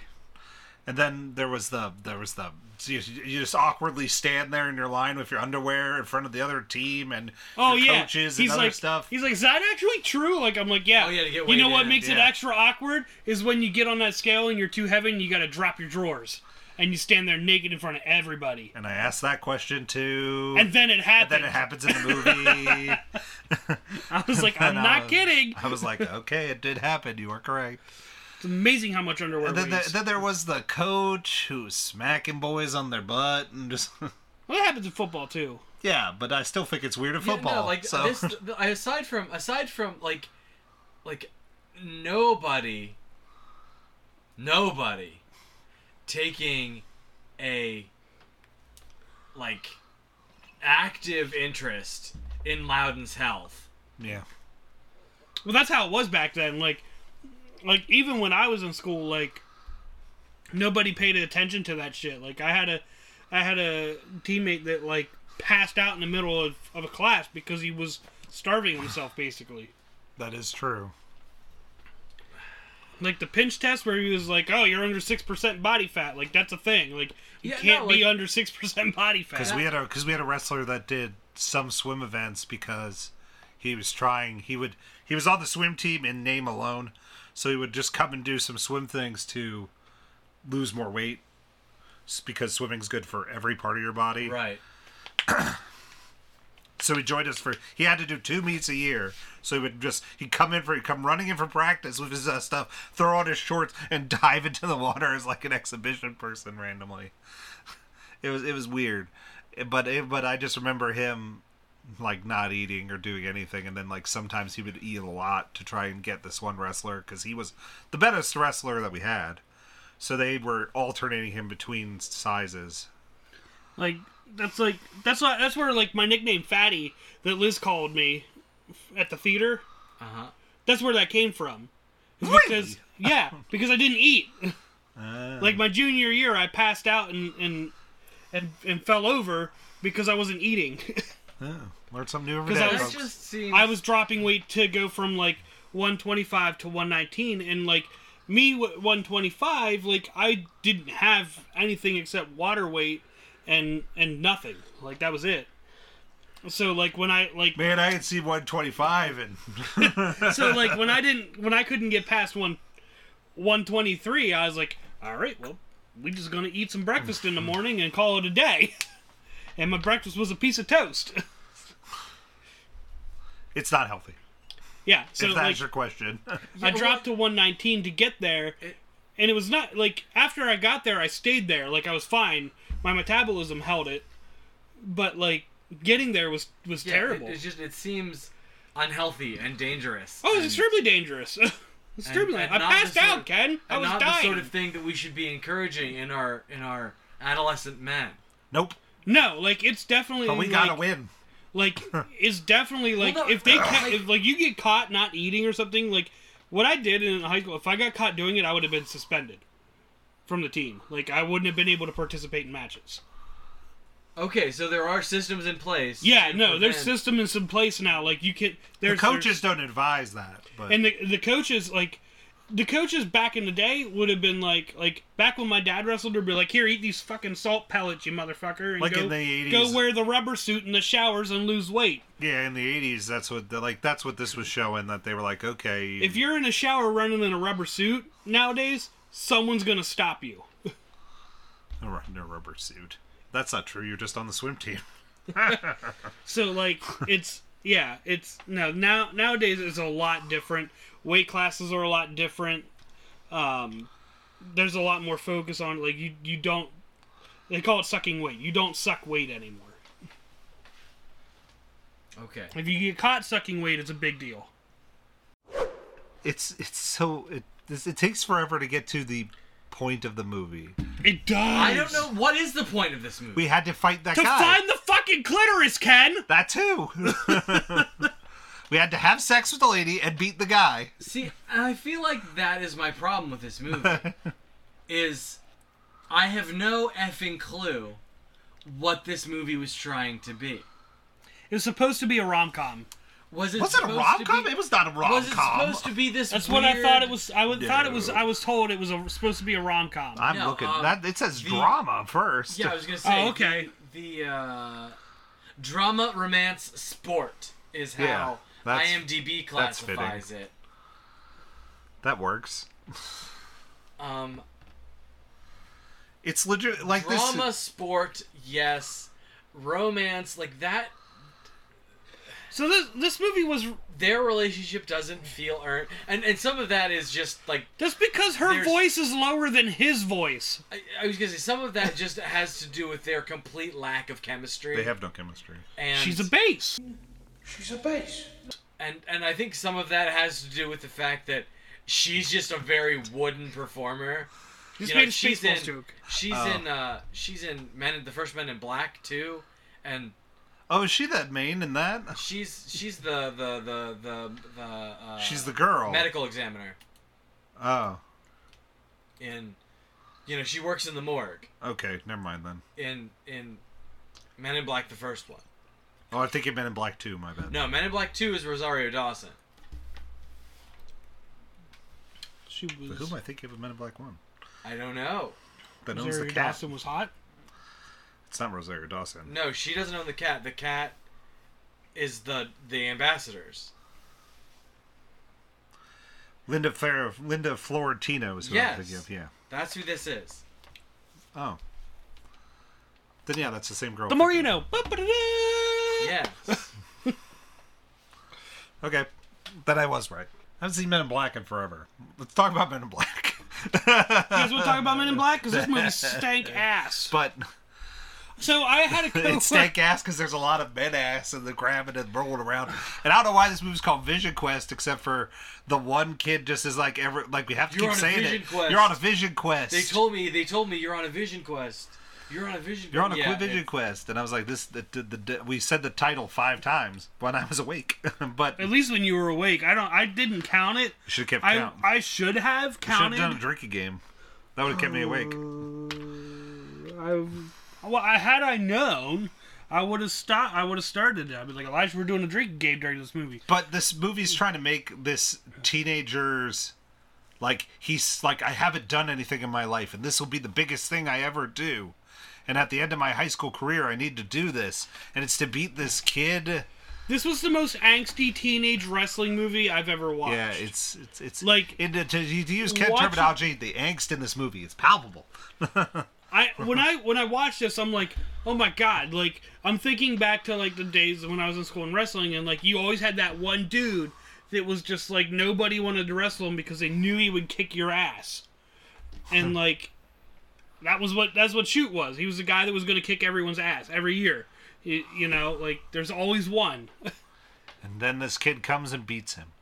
Speaker 1: And then there was the there was the so you, you just awkwardly stand there in your line with your underwear in front of the other team and
Speaker 2: Oh
Speaker 1: your
Speaker 2: yeah,
Speaker 1: coaches
Speaker 2: he's
Speaker 1: and other
Speaker 2: like,
Speaker 1: stuff.
Speaker 2: he's like, is that actually true? Like I'm like, yeah.
Speaker 4: Oh, yeah, to get
Speaker 2: you
Speaker 4: weighed
Speaker 2: know what
Speaker 4: in,
Speaker 2: makes it
Speaker 1: yeah.
Speaker 2: extra awkward is when you get on that scale and you're too heavy and you got to drop your drawers and you stand there naked in front of everybody.
Speaker 1: And I asked that question too.
Speaker 2: And then it
Speaker 1: And then
Speaker 2: happened.
Speaker 1: it happens in the movie.
Speaker 2: I was like, I'm
Speaker 1: And uh, I
Speaker 2: not
Speaker 1: was-
Speaker 2: kidding.
Speaker 1: I was like, okay, it did happen. You are correct.
Speaker 2: It's amazing how much underwear.
Speaker 1: And then, there,
Speaker 2: weighs.
Speaker 1: then there was the coach who was smacking boys on their butt and just
Speaker 2: well, that happens in football too.
Speaker 1: yeah. But I still think it's weird in
Speaker 4: Yeah,
Speaker 1: football.
Speaker 4: no, like
Speaker 1: so.
Speaker 4: this. th- Aside from aside from like, like nobody, nobody, taking a like active interest in Loudon's health.
Speaker 1: yeah.
Speaker 2: Well, that's how it was back then. Like, like even when I was in school, like nobody paid attention to that shit. Like I had a, I had a teammate that like passed out in the middle of, of a class because he was starving himself basically.
Speaker 1: That is true.
Speaker 2: Like the pinch test where he was like, "Oh, you're under six percent body fat." Like that's a thing. Like you
Speaker 4: Yeah, no,
Speaker 2: can't be
Speaker 4: like-
Speaker 2: under six percent body
Speaker 1: Because
Speaker 2: fat.
Speaker 1: we had a because we had a wrestler that did some swim events because he was trying. He would he was on the swim team in name alone, so he would just come and do some swim things to lose more weight. s- Because swimming's good for every part of your body.
Speaker 4: Right.
Speaker 1: So he joined us for he had to do two meets a year. So he would just he'd come in for he'd come running in for practice with his uh, stuff, throw on his shorts, and dive into the water as like an exhibition person randomly. It was it was weird, Eh, but it, but I just remember him like not eating or doing anything, and then like sometimes he would eat a lot to try and get this one wrestler because he was the best wrestler that we had. So they were alternating him between sizes.
Speaker 2: Like that's like that's why that's where like my nickname Fatty that Liz called me at the theater. That's where that came from. Is Because yeah, because I didn't eat. like my junior year, I passed out and and and, and fell over because I wasn't eating.
Speaker 1: Learn something new every
Speaker 2: 'Cause I
Speaker 1: day.
Speaker 2: was
Speaker 1: folks.
Speaker 4: just seems.
Speaker 2: I was dropping weight to go from like 125 to 119, and like me w- 125, like I didn't have anything except water weight and and nothing. Like that was it. So like when I like
Speaker 1: Man, I ain't seen 125 and
Speaker 2: so like when I didn't when I couldn't get past one one twenty three, I was like, all right, well, we just gonna eat some breakfast in the morning and call it a day. And my breakfast was a piece of toast.
Speaker 1: it's not healthy.
Speaker 2: yeah, so
Speaker 1: if that's
Speaker 2: like,
Speaker 1: your question.
Speaker 2: I dropped to one nineteen to get there, and it was not like after I got there, I stayed there. Like I was fine. My metabolism held it, but like getting there was was
Speaker 4: Yeah, it-
Speaker 2: terrible.
Speaker 4: it's just it seems unhealthy and dangerous.
Speaker 2: oh,
Speaker 4: and-
Speaker 2: it's extremely dangerous. extremely.
Speaker 4: and
Speaker 2: I
Speaker 4: not the
Speaker 2: passed
Speaker 4: sort
Speaker 2: out,
Speaker 4: of-
Speaker 2: Ken. I
Speaker 4: and
Speaker 2: was
Speaker 4: not
Speaker 2: dying.
Speaker 4: the sort of thing that we should be encouraging in our in our adolescent men.
Speaker 1: nope.
Speaker 2: No, like it's definitely.
Speaker 1: But we
Speaker 2: like,
Speaker 1: gotta win.
Speaker 2: like is definitely like
Speaker 4: no,
Speaker 2: if they ca-
Speaker 4: like-
Speaker 2: if, like you get caught not eating or something like what I did in high school if I got caught doing it I would have been suspended from the team like I wouldn't have been able to participate in matches
Speaker 4: Okay, so there are systems in place.
Speaker 2: yeah
Speaker 4: to
Speaker 2: no there's
Speaker 4: prevent-
Speaker 2: system in some place now like you can
Speaker 1: The
Speaker 2: there's
Speaker 1: coaches don't advise that. But
Speaker 2: and the the coaches like the coaches back in the day would have been like like back when my dad wrestled would be like here eat these fucking salt pellets you motherfucker and
Speaker 1: Like
Speaker 2: go,
Speaker 1: in the
Speaker 2: go
Speaker 1: 80s.
Speaker 2: wear the rubber suit in the showers and lose weight
Speaker 1: yeah, in the 80s, that's what the, like that's what this was showing that they were like, okay,
Speaker 2: if you're in a shower running in a rubber suit nowadays, someone's gonna stop you.
Speaker 1: you're in a rubber suit. That's not true. You're just on the swim team.
Speaker 2: So like it's yeah, it's no now nowadays it's a lot different. Weight classes are a lot different. Um, there's a lot more focus on like you you don't they call it sucking weight. You don't suck weight anymore.
Speaker 4: Okay.
Speaker 2: If you get caught sucking weight, it's a big deal.
Speaker 1: It's it's so it this, it takes forever to get to the point of the movie?
Speaker 2: It does.
Speaker 4: I don't know what is the point of this movie.
Speaker 1: We had to fight that
Speaker 2: To
Speaker 1: guy.
Speaker 2: find the fucking clitoris, Ken.
Speaker 1: that too. we had to have sex with the lady and beat the guy.
Speaker 4: See, I feel like that is my problem with this movie. is I have no effing clue what this movie was trying to be.
Speaker 2: It was supposed to be a rom com.
Speaker 4: Was it?
Speaker 1: Was it a
Speaker 4: supposed
Speaker 1: rom
Speaker 4: to
Speaker 1: com?
Speaker 4: be-
Speaker 1: It was not a rom
Speaker 4: Was it
Speaker 1: com.
Speaker 4: supposed to be this?
Speaker 2: That's what I
Speaker 4: weird-
Speaker 2: thought it was. I would, thought it was. I was told it was a, supposed to be a rom com.
Speaker 1: I'm
Speaker 4: No,
Speaker 1: looking.
Speaker 4: um,
Speaker 1: that it says
Speaker 4: the-
Speaker 1: drama first.
Speaker 4: Yeah, I was gonna say.
Speaker 2: Oh, okay.
Speaker 4: The, the uh, drama, romance, sport is how
Speaker 1: Yeah, that's-
Speaker 4: IMDb
Speaker 1: that's fitting.
Speaker 4: classifies it.
Speaker 1: that works.
Speaker 4: Um,
Speaker 1: It's legit. Like
Speaker 4: drama,
Speaker 1: this.
Speaker 4: sport, yes. Romance, like that.
Speaker 2: So this this movie was
Speaker 4: Their relationship doesn't feel earned, and and some of that is just like
Speaker 2: just because her
Speaker 4: There's-
Speaker 2: voice is lower than his voice.
Speaker 4: I, I was gonna say some of that just has to do with their complete lack of chemistry.
Speaker 1: They have no chemistry.
Speaker 4: and,
Speaker 2: She's a bass.
Speaker 4: and and I think some of that has to do with the fact that she's just a very wooden performer.
Speaker 2: Just
Speaker 4: You know,
Speaker 2: made a
Speaker 4: she's
Speaker 2: Spaceballs
Speaker 4: in
Speaker 2: joke.
Speaker 4: she's
Speaker 1: Oh.
Speaker 4: in uh she's in Men in the first Men in Black too, and
Speaker 1: Oh, is she that main in that?
Speaker 4: she's she's the the the the, the uh,
Speaker 1: She's the girl.
Speaker 4: medical examiner
Speaker 1: Oh,
Speaker 4: in you know she works in the morgue
Speaker 1: okay. Never mind then.
Speaker 4: in in Men in Black the first one.
Speaker 1: Oh, I think it meant in Black Two. My bad.
Speaker 4: No, Men in Black two is Rosario Dawson.
Speaker 2: She
Speaker 1: But
Speaker 2: was.
Speaker 1: who am I thinking of in Men in Black One?
Speaker 4: I don't know.
Speaker 1: That owns
Speaker 2: Rosario
Speaker 1: the cat.
Speaker 2: Dawson was hot.
Speaker 1: It's not Rosario Dawson.
Speaker 4: No, she doesn't own the cat. The cat is the the ambassadors.
Speaker 1: Linda Fair, Linda Florentino is who
Speaker 4: Yes.
Speaker 1: I'm thinking of. Yeah.
Speaker 4: That's who this is.
Speaker 1: Oh. Then yeah, that's the same girl.
Speaker 2: The more you know. Ba-ba-da-da.
Speaker 4: Yes.
Speaker 1: Okay. Then I was right. I haven't seen Men in Black in forever. Let's talk about Men in Black.
Speaker 2: You guys want to talk about Men in Black? Because this movie stank ass.
Speaker 1: But
Speaker 2: So I had a
Speaker 1: it's
Speaker 2: coworker.
Speaker 1: stank ass because there's a lot of men ass and the grabbing and rolling around. And I don't know why this movie's called Vision Quest, except for the one kid just is like ever like we have to
Speaker 4: You're
Speaker 1: keep
Speaker 4: on a
Speaker 1: saying
Speaker 4: vision
Speaker 1: it.
Speaker 4: quest.
Speaker 1: You're on a vision quest.
Speaker 4: They told me. They told me you're on a vision quest. You're on a vision.
Speaker 1: You're on a
Speaker 4: yeah,
Speaker 1: quit vision
Speaker 4: it-
Speaker 1: quest, and I was like, "This." The, the, the, we said the title five times when I was awake, but
Speaker 2: At least when you were awake, I don't. I didn't count it.
Speaker 1: should have kept
Speaker 2: I,
Speaker 1: count.
Speaker 2: I should have
Speaker 1: should have
Speaker 2: counted.
Speaker 1: done a drinking game. That would have kept me awake.
Speaker 2: I, well, I had I known, I would have stopped. I would have started it. I'd be like, Elijah, we're doing a drinking game during this movie.
Speaker 1: But this movie's trying to make this teenager's like he's like I haven't done anything in my life, and this will be the biggest thing I ever do. And at the end of my high school career, I need to do this, and it's to beat this kid.
Speaker 2: This was the most angsty teenage wrestling movie I've ever watched.
Speaker 1: Yeah, it's it's it's
Speaker 2: Like,
Speaker 1: in the, to, to use Ken
Speaker 2: watching-
Speaker 1: terminology, the angst in this movie is palpable.
Speaker 2: I when I when I watched this, I'm like, oh my god! Like I'm thinking back to like the days when I was in school and wrestling, and like you always had that one dude that was just like nobody wanted to wrestle him because they knew he would kick your ass, and like that was what that's what shoot was. He was the guy that was going to kick everyone's ass every year. You- you know, like there's always one.
Speaker 1: And then this kid comes and beats him.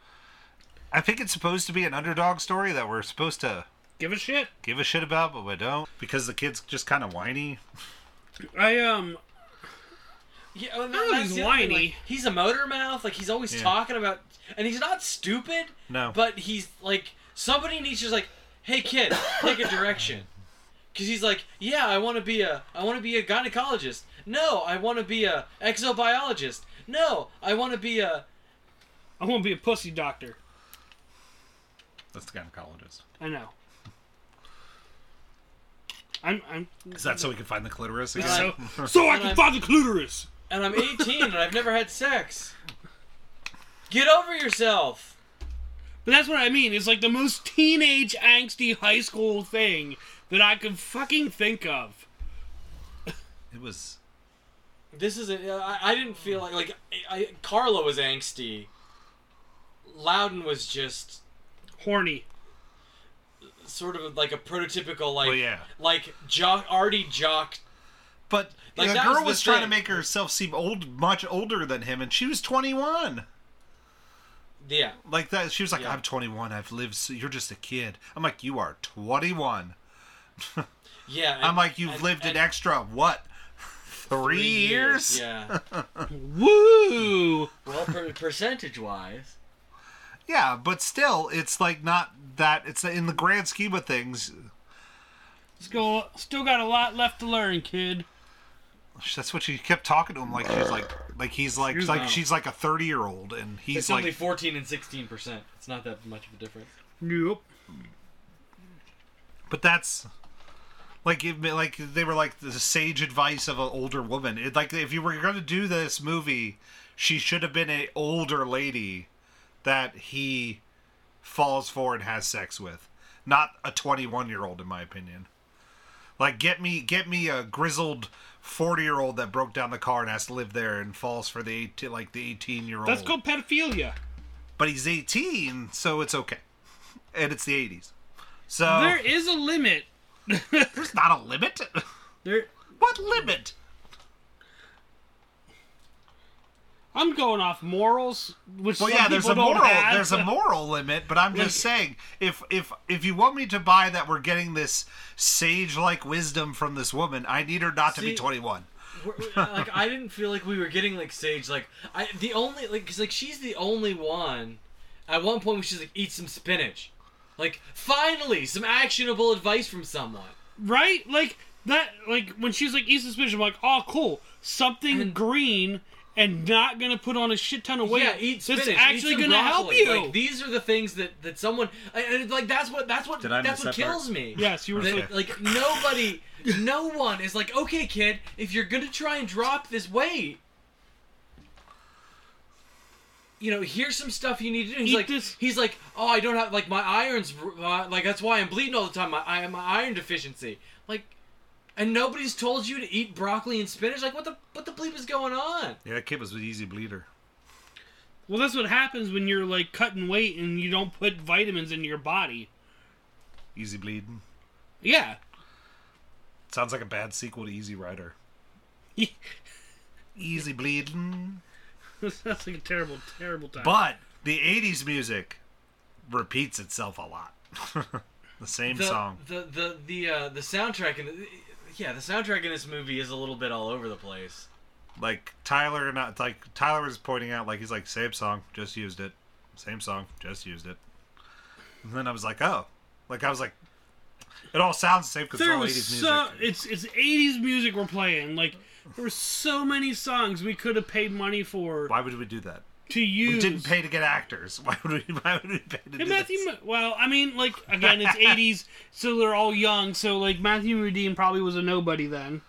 Speaker 1: I think it's supposed to be an underdog story that we're supposed to
Speaker 2: Give a shit.
Speaker 1: give a shit about, but we don't because the kid's just kind of whiny.
Speaker 2: I um
Speaker 4: Yeah, well,
Speaker 2: Oh,
Speaker 4: that's
Speaker 2: he's
Speaker 4: the other thing,
Speaker 2: whiny.
Speaker 4: like, he's a motor mouth. Like he's always
Speaker 1: Yeah.
Speaker 4: talking about, and he's not stupid.
Speaker 1: No.
Speaker 4: But he's like somebody needs to just like, hey kid, take a direction. Cause he's like, yeah, I want to be a, I want to be a gynecologist. No, I want to be a exobiologist. No, I want to be a.
Speaker 2: I won't be a pussy doctor.
Speaker 1: That's the gynecologist.
Speaker 2: I know. I'm I'm
Speaker 1: Is that so we can find the clitoris? Again?
Speaker 2: so so I can
Speaker 4: I'm-
Speaker 2: find the clitoris.
Speaker 4: and I'm 18 and I've never had sex. Get over yourself.
Speaker 2: But that's what I mean. It's like the most teenage angsty high school thing that I could fucking think of.
Speaker 1: it was.
Speaker 4: This is a, I, I didn't feel like like I, I, Carla was angsty. Loudon was just
Speaker 2: Horny.
Speaker 4: sort of like a prototypical like
Speaker 1: Well, yeah.
Speaker 4: like jock arty jock.
Speaker 1: But
Speaker 4: Like,
Speaker 1: the
Speaker 4: that
Speaker 1: girl
Speaker 4: was
Speaker 1: was,
Speaker 4: the
Speaker 1: trying to
Speaker 4: thing.
Speaker 1: make herself seem old, much older than him, and she was 21.
Speaker 4: Yeah,
Speaker 1: Like that, she was like,
Speaker 4: Yeah.
Speaker 1: "I'm 21. I've lived. So you're just a kid." I'm like, "You are 21."
Speaker 3: Yeah. and-
Speaker 1: I'm like, you've
Speaker 3: and-
Speaker 1: lived
Speaker 3: and
Speaker 1: an extra what? Three, years?
Speaker 3: Yeah.
Speaker 2: Woo!
Speaker 4: Well, per- percentage wise,
Speaker 1: Yeah, but still, it's like not that. It's in the grand scheme of things.
Speaker 2: Still, still got a lot left to learn, kid.
Speaker 1: That's what she kept talking to him like she's like like he's like
Speaker 2: Excuse
Speaker 1: like
Speaker 2: me.
Speaker 1: she's like a thirty year old and he's
Speaker 4: it's
Speaker 1: like
Speaker 4: only 14 and 16 percent. It's not that much of a difference.
Speaker 2: Nope.
Speaker 1: but that's like it, like they were like the sage advice of an older woman. It, like if you were going to do this movie, she should have been an older lady that he falls for and has sex with, not a twenty one year old in my opinion. Like get me get me a grizzled forty year old that broke down the car and has to live there and falls for the 18, like the eighteen year old.
Speaker 2: That's called pedophilia.
Speaker 1: But he's eighteen, so it's okay, and it's the eighties. So
Speaker 2: There is a limit.
Speaker 1: there's not a limit.
Speaker 2: There,
Speaker 1: What limit?
Speaker 2: I'm going off morals, which
Speaker 1: Well,
Speaker 2: some
Speaker 1: yeah, there's
Speaker 2: people
Speaker 1: a
Speaker 2: don't
Speaker 1: moral.
Speaker 2: have.
Speaker 1: There's a moral limit, but I'm just saying, if if if you want me to buy that we're getting this sage-like wisdom from this woman, I need her not to be
Speaker 4: See-
Speaker 1: 21.
Speaker 4: We're- we're- like I didn't feel like we were getting like sage. Like I the only like because like she's the only one. At one point, when she's like, "Eat some spinach." Like finally, some actionable advice from someone.
Speaker 2: right? Like that. Like when she's like East Suspicion, I'm like, oh, cool, something
Speaker 4: And-
Speaker 2: green and not gonna put on a shit ton of weight.
Speaker 4: yeah, eat
Speaker 2: That's
Speaker 4: spinach. eat
Speaker 2: actually
Speaker 4: some
Speaker 2: gonna help
Speaker 4: broccoli.
Speaker 2: you.
Speaker 4: Like, these are the things that that someone I- I- like. That's what. That's what.
Speaker 8: Did I
Speaker 4: that's
Speaker 8: miss
Speaker 4: what
Speaker 8: that part?
Speaker 4: kills me.
Speaker 2: yes, you were.
Speaker 4: That,
Speaker 2: Like,
Speaker 4: Like nobody, no one is like, okay, kid, if you're gonna try and drop this weight, you know, here's some stuff you need to do. He's
Speaker 2: Eat
Speaker 4: like,
Speaker 2: this-
Speaker 4: he's like, oh, I don't have like my irons, uh, like that's why I'm bleeding all the time. My I my iron deficiency, like, and nobody's told you to eat broccoli and spinach. Like, what the what the bleep is going on?
Speaker 1: Yeah, that kid was an easy bleeder.
Speaker 2: well, that's what happens when you're like cutting weight and you don't put vitamins into your body.
Speaker 1: Easy bleeding.
Speaker 2: Yeah.
Speaker 1: Sounds like a bad sequel to Easy Rider. Easy bleeding.
Speaker 2: That's like a terrible, terrible time.
Speaker 1: But the 80s music repeats itself a lot. the same
Speaker 4: the,
Speaker 1: song.
Speaker 4: The the the uh, the soundtrack and yeah, the soundtrack in this movie is a little bit all over the place.
Speaker 1: like Tyler not like Tyler was pointing out like he's like same song just used it same song just used it and then I was like oh like I was like it all sounds the same because it's
Speaker 2: there
Speaker 1: all 80s
Speaker 2: was
Speaker 1: music
Speaker 2: so it's it's 80s music we're playing. Like there were so many songs we could have paid money for
Speaker 1: why would we do that
Speaker 2: to use.
Speaker 1: we didn't pay to get actors why would we why would we pay to do
Speaker 2: And Matthew,
Speaker 1: this?
Speaker 2: Ma- well, I mean, like again, it's '80s, so they're all young. So like Matthew Modine probably was a nobody then.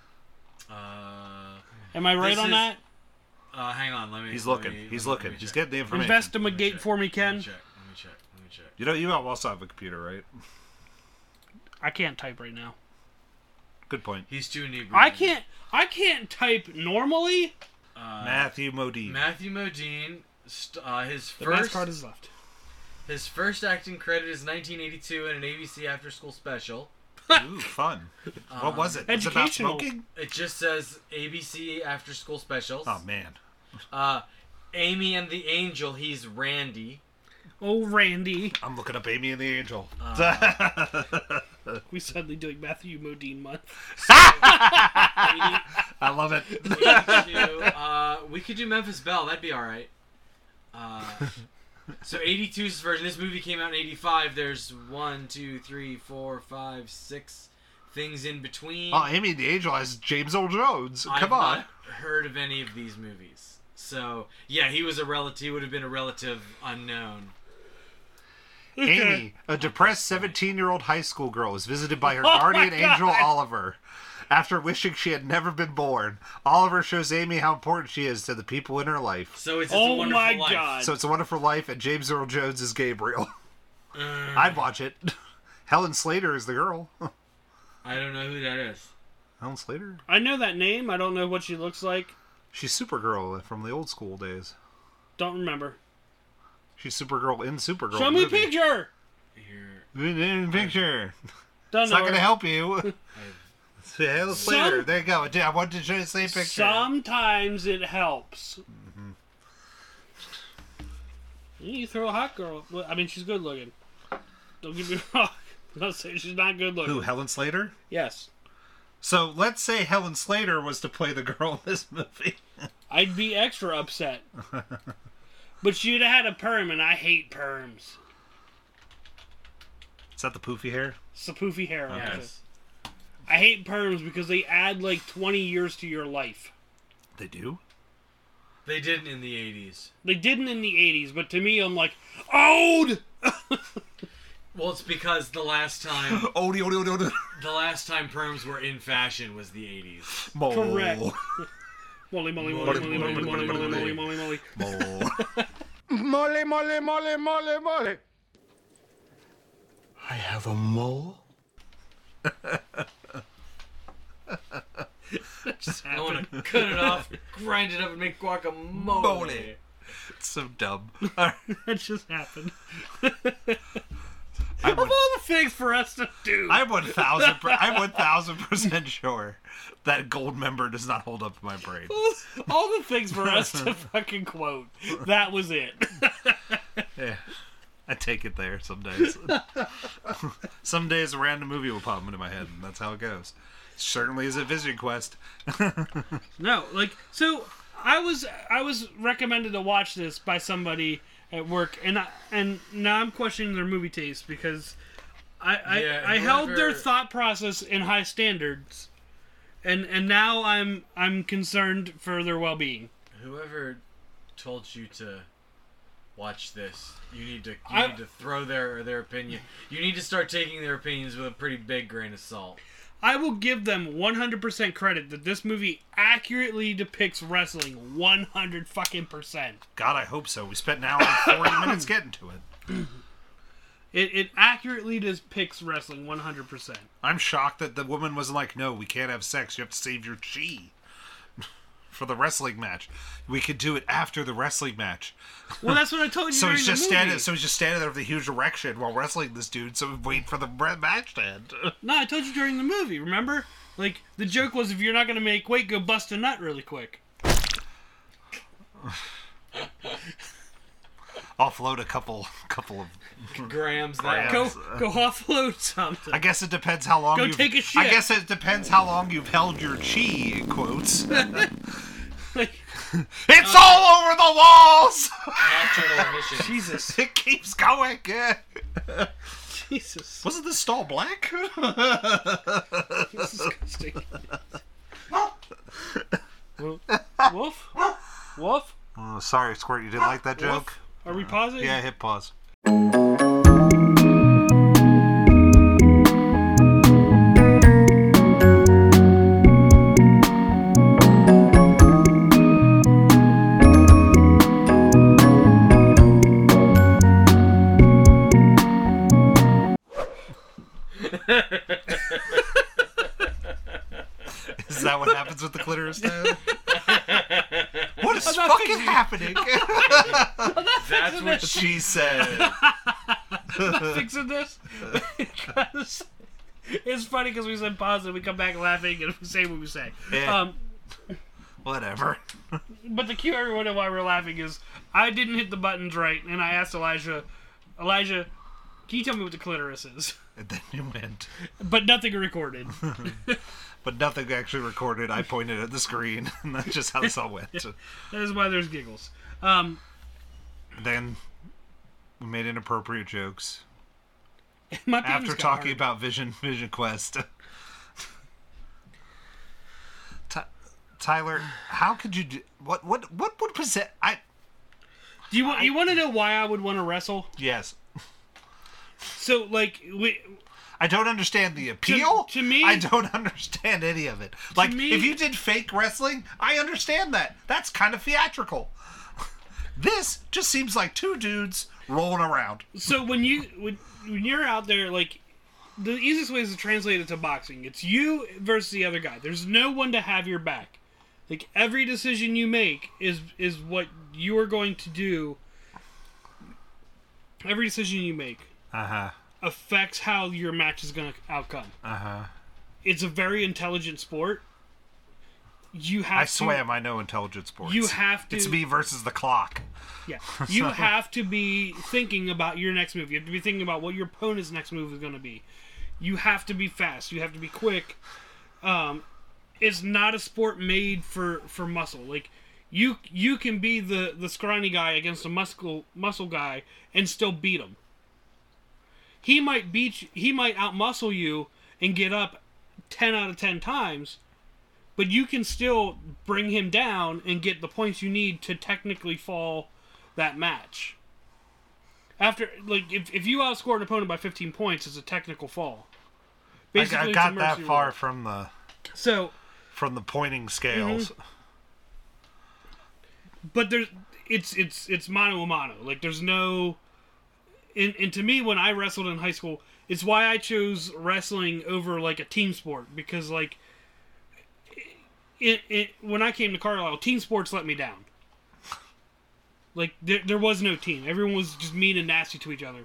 Speaker 4: Uh,
Speaker 2: Am I right
Speaker 4: This
Speaker 2: on
Speaker 4: is-
Speaker 2: that?
Speaker 4: uh, hang on, let me.
Speaker 1: he's
Speaker 4: let
Speaker 1: looking
Speaker 4: me-
Speaker 1: he's
Speaker 4: let me-
Speaker 1: looking
Speaker 4: Let me
Speaker 1: he's
Speaker 4: check.
Speaker 1: getting the information
Speaker 2: Investigate
Speaker 4: check.
Speaker 2: for me,
Speaker 4: Let me
Speaker 2: Ken.
Speaker 4: check. Let me check. Let me check.
Speaker 1: you know you also have a computer right
Speaker 2: I can't type right now.
Speaker 1: good point
Speaker 4: He's too inebriated.
Speaker 2: I can't. I can't type normally.
Speaker 4: Uh,
Speaker 1: Matthew Modine
Speaker 4: Matthew Modine. St- uh, his
Speaker 2: The
Speaker 4: first
Speaker 2: mask card is left.
Speaker 4: his first acting credit is 1982 in an ABC After School special.
Speaker 1: ooh fun what was it it's about
Speaker 2: Educational.
Speaker 1: smoking
Speaker 4: It just says ABC After School Specials.
Speaker 1: oh man
Speaker 4: Uh, Amy and the Angel. He's Randy.
Speaker 2: Oh, Randy,
Speaker 1: I'm looking up Amy and the Angel
Speaker 4: Uh,
Speaker 2: we suddenly doing Matthew Modine month.
Speaker 1: I love it
Speaker 4: uh, we could do Memphis Belle. That'd be all right. Uh, so 82's version. This movie came out in 85. There's one, two, three, four, five, six things in between.
Speaker 1: oh Amy and the Angel has James Earl Jones come
Speaker 4: I've
Speaker 1: on.
Speaker 4: not heard of any of these movies. So yeah, he was a relative. He would have been a relative unknown.
Speaker 1: Amy, a depressed 17 year old high school girl, is visited by her
Speaker 2: Oh my
Speaker 1: guardian
Speaker 2: God.
Speaker 1: angel, Oliver. After wishing she had never been born, Oliver shows Amy how important she is to the people in her life.
Speaker 4: So it's, it's a
Speaker 2: Oh
Speaker 4: wonderful
Speaker 2: my
Speaker 4: life.
Speaker 2: God!
Speaker 1: So it's a wonderful life, and James Earl Jones is Gabriel.
Speaker 4: Uh,
Speaker 1: I'd watch it. Helen Slater is the girl.
Speaker 4: I don't know who that is.
Speaker 1: Helen Slater?
Speaker 2: I know that name. I don't know what she looks like.
Speaker 1: She's Supergirl from the old school days.
Speaker 2: Don't remember.
Speaker 1: She's Supergirl in Supergirl.
Speaker 2: Show
Speaker 1: the
Speaker 2: me a
Speaker 1: movie.
Speaker 2: picture.
Speaker 4: Here,
Speaker 1: Mm, mm, Picture.
Speaker 2: Don't
Speaker 1: It's
Speaker 2: know
Speaker 1: not going to
Speaker 2: her.
Speaker 1: help you. Helen Slater.
Speaker 2: Some-
Speaker 1: There you go. I did- I wanted to show you the same picture. Mm-hmm.
Speaker 2: Sometimes it helps. You throw a hot girl. well, I mean, she's good looking. Don't get me wrong. not saying she's not good looking.
Speaker 1: Who, Helen Slater?
Speaker 2: Yes.
Speaker 1: So let's say Helen Slater was to play the girl in this movie.
Speaker 2: I'd be extra upset. but she'd have had a perm, and I hate perms.
Speaker 1: Is that the poofy hair?
Speaker 2: It's the poofy hair. on it.
Speaker 3: Yes.
Speaker 2: I hate perms because they add like 20 years to your life.
Speaker 1: They do?
Speaker 3: They didn't in the 80s.
Speaker 2: They didn't in the 80s, but to me, I'm like, old!
Speaker 4: Well, it's because the last time
Speaker 1: Oh, no, no, no, no.
Speaker 4: the last time perms were in fashion was the 80s.
Speaker 1: Mole.
Speaker 2: Correct. Molly, molly, molly, molly,
Speaker 1: Molly,
Speaker 2: molly,
Speaker 1: molly,
Speaker 2: molly, molly,
Speaker 1: molly,
Speaker 2: molly,
Speaker 1: molly.
Speaker 2: molly, molly.
Speaker 1: Mole.
Speaker 7: Molly, molly, molly, molly, molly.
Speaker 1: I have a mole.
Speaker 4: I want to cut it off, grind it up, and make guacamole.
Speaker 1: Mole. It's so dumb. All right.
Speaker 2: That just happened.
Speaker 1: I would,
Speaker 2: All the things for us to do.
Speaker 1: I'm one thousand. Per, I'm one thousand percent sure that gold member does not hold up in my brain.
Speaker 2: All the things for us to fucking quote. That was it.
Speaker 1: Yeah. Eh, I take it there some days. some days a random movie will pop into my head, and that's how it goes. Certainly is at Vision Quest.
Speaker 2: No, like so I was I was recommended to watch this by somebody at work and I, and now I'm questioning their movie taste because I I,
Speaker 4: Yeah,
Speaker 2: I held their
Speaker 4: whoever-
Speaker 2: thought process in high standards and and now I'm I'm concerned for their well-being.
Speaker 4: Whoever told you to watch this, you need to you
Speaker 2: I-
Speaker 4: need to throw their their opinion. You need to start taking their opinions with a pretty big grain of salt.
Speaker 2: I will give them 100% credit that this movie accurately depicts wrestling 100 fucking percent.
Speaker 1: God, I hope so. We spent an hour and 40 minutes getting to it.
Speaker 2: It, it accurately depicts wrestling 100%.
Speaker 1: I'm shocked that the woman wasn't like, no, we can't have sex. You have to save your chi for the wrestling match. We could do it after the wrestling match.
Speaker 2: Well, that's what I told you.
Speaker 1: So
Speaker 2: during
Speaker 1: he's
Speaker 2: the
Speaker 1: just
Speaker 2: movie.
Speaker 1: standing. So he's just standing there with a huge erection while wrestling this dude. So we wait for the re- match to end.
Speaker 2: No, I told you during the movie, remember? Like, the joke was if you're not going to make weight, go bust a nut really quick.
Speaker 1: Offload a couple, couple of. Grams.
Speaker 4: Grams that
Speaker 2: Go,
Speaker 1: Yes.
Speaker 2: go offload something.
Speaker 1: I guess it depends how long.
Speaker 2: Go
Speaker 1: you've-
Speaker 2: take a shit.
Speaker 1: I guess it depends how long you've held your chi. In quotes.
Speaker 2: Like,
Speaker 1: it's all over the walls.
Speaker 4: nocturnal emissions.
Speaker 2: Jesus.
Speaker 1: it keeps going. Yeah.
Speaker 2: Jesus.
Speaker 1: Wasn't this stall black?
Speaker 2: This is disgusting. Wo- Wolf? Wolf?
Speaker 1: Oh, sorry, Squirt. You didn't like that joke.
Speaker 2: Wolf? Are we pausing?
Speaker 1: Yeah, hit pause. Is that what happens with the clitoris now? what is fucking happening?
Speaker 2: Oh,
Speaker 4: That's what
Speaker 1: she said.
Speaker 2: fixing this because it's funny because we said pause and we come back laughing and we say what we say.
Speaker 1: Yeah.
Speaker 2: Um,
Speaker 1: Whatever.
Speaker 2: but the cue everyone know why we're laughing is I didn't hit the buttons right and I asked Elijah, Elijah, can you tell me what the clitoris is?
Speaker 1: And then you went.
Speaker 2: But nothing recorded.
Speaker 1: But nothing actually recorded. I pointed at the screen, and that's just how this all went.
Speaker 2: that is why there's giggles. Um,
Speaker 1: Then we made inappropriate jokes
Speaker 2: my penis
Speaker 1: after
Speaker 2: got
Speaker 1: talking
Speaker 2: hard.
Speaker 1: about Vision Vision Quest. Ty- Tyler, how could you do what? What? What would possess? I
Speaker 2: do you want you want to know why I would want to wrestle?
Speaker 1: yes.
Speaker 2: So like we.
Speaker 1: I don't understand the appeal.
Speaker 2: to me-
Speaker 1: I don't understand any of it. Like,
Speaker 2: me-
Speaker 1: if you did fake wrestling, I understand that. That's kind of theatrical. this just seems like two dudes rolling around.
Speaker 2: so when you when, when you're out there like the easiest way is to translate it to boxing it's you versus the other guy there's no one to have your back like every decision you make is is what you are going to do every decision you make
Speaker 1: Uh
Speaker 2: Uh-huh.
Speaker 1: huh.
Speaker 2: affects how your match is going to outcome
Speaker 1: Uh huh.
Speaker 2: it's a very intelligent sport you have
Speaker 1: I
Speaker 2: to-
Speaker 1: swam. I know intelligent sports.
Speaker 2: You have to-
Speaker 1: It's me versus the clock.
Speaker 2: Yeah. You have to be thinking about your next move. You have to be thinking about what your opponent's next move is going to be. You have to be fast. You have to be quick. Um, it's not a sport made for, for muscle. Like you you can be the, the scrawny guy against a muscle muscle guy and still beat him. He might beat you, he might outmuscle you and get up 10 out of 10 times, but you can still bring him down and get the points you need to technically fall that match. After like if, if you outscore an opponent by 15 points, it's a technical fall.
Speaker 1: I, I
Speaker 2: it's a
Speaker 1: got that
Speaker 2: mercy
Speaker 1: far
Speaker 2: rule.
Speaker 1: from the
Speaker 2: So,
Speaker 1: from the pointing scales.
Speaker 2: Mm-hmm. but there's it's it's it's mano a mano. Like there's no and, and to me when I wrestled in high school, it's why I chose wrestling over like a team sport because like it, it when I came to Carlisle, team sports let me down. Like there, there was no team. Everyone was just mean and nasty to each other.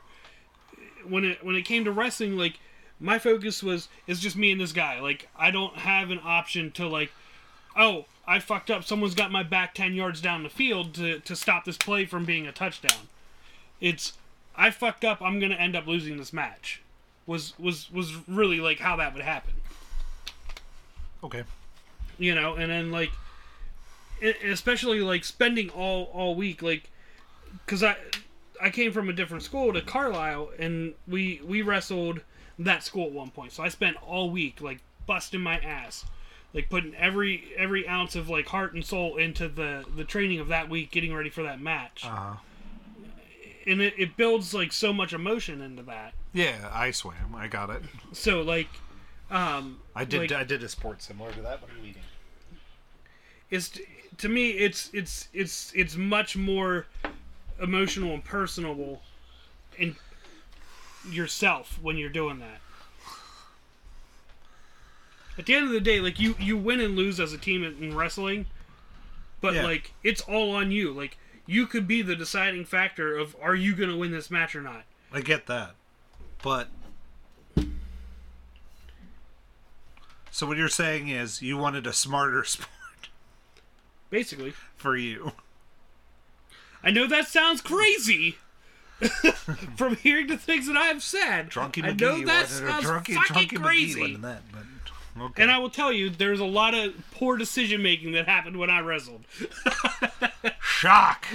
Speaker 2: When it when it came to wrestling, like my focus was it's just me and this guy. Like I don't have an option to like oh, I fucked up. Someone's got my back 10 yards down the field to, to stop this play from being a touchdown. It's, I fucked up. I'm going to end up losing this match. Was, was, was really like how that would happen
Speaker 1: Okay.
Speaker 2: you know and then like e- especially like spending all all week like because i i came from a different school to carlisle and we we wrestled that school at one point so i spent all week like busting my ass like putting every every ounce of like heart and soul into the the training of that week getting ready for that match
Speaker 1: Uh-huh.
Speaker 2: and it, it builds like so much emotion into that
Speaker 1: Yeah, I swam. I got it.
Speaker 2: so like um
Speaker 1: I did.
Speaker 2: Like-
Speaker 1: I did a sport similar to that. What are you eating?
Speaker 2: it's to me it's it's it's it's much more emotional and personable and yourself when you're doing that at the end of the day like you you win and lose as a team in, in wrestling but
Speaker 1: Yeah.
Speaker 2: like it's all on you like you could be the deciding factor of are you going to win this match or not
Speaker 1: I get that, but so what you're saying is you wanted a smarter sport
Speaker 2: basically
Speaker 1: for you.
Speaker 2: i know that sounds crazy from hearing the things that i've said
Speaker 1: Drunky
Speaker 2: i
Speaker 1: McGee.
Speaker 2: know that
Speaker 1: wasn't it?
Speaker 2: sounds
Speaker 1: drunky,
Speaker 2: fucking
Speaker 1: drunky
Speaker 2: crazy
Speaker 1: McGee wasn't that, but okay.
Speaker 2: And I will tell you, there's a lot of poor decision making that happened when I wrestled.
Speaker 1: shock.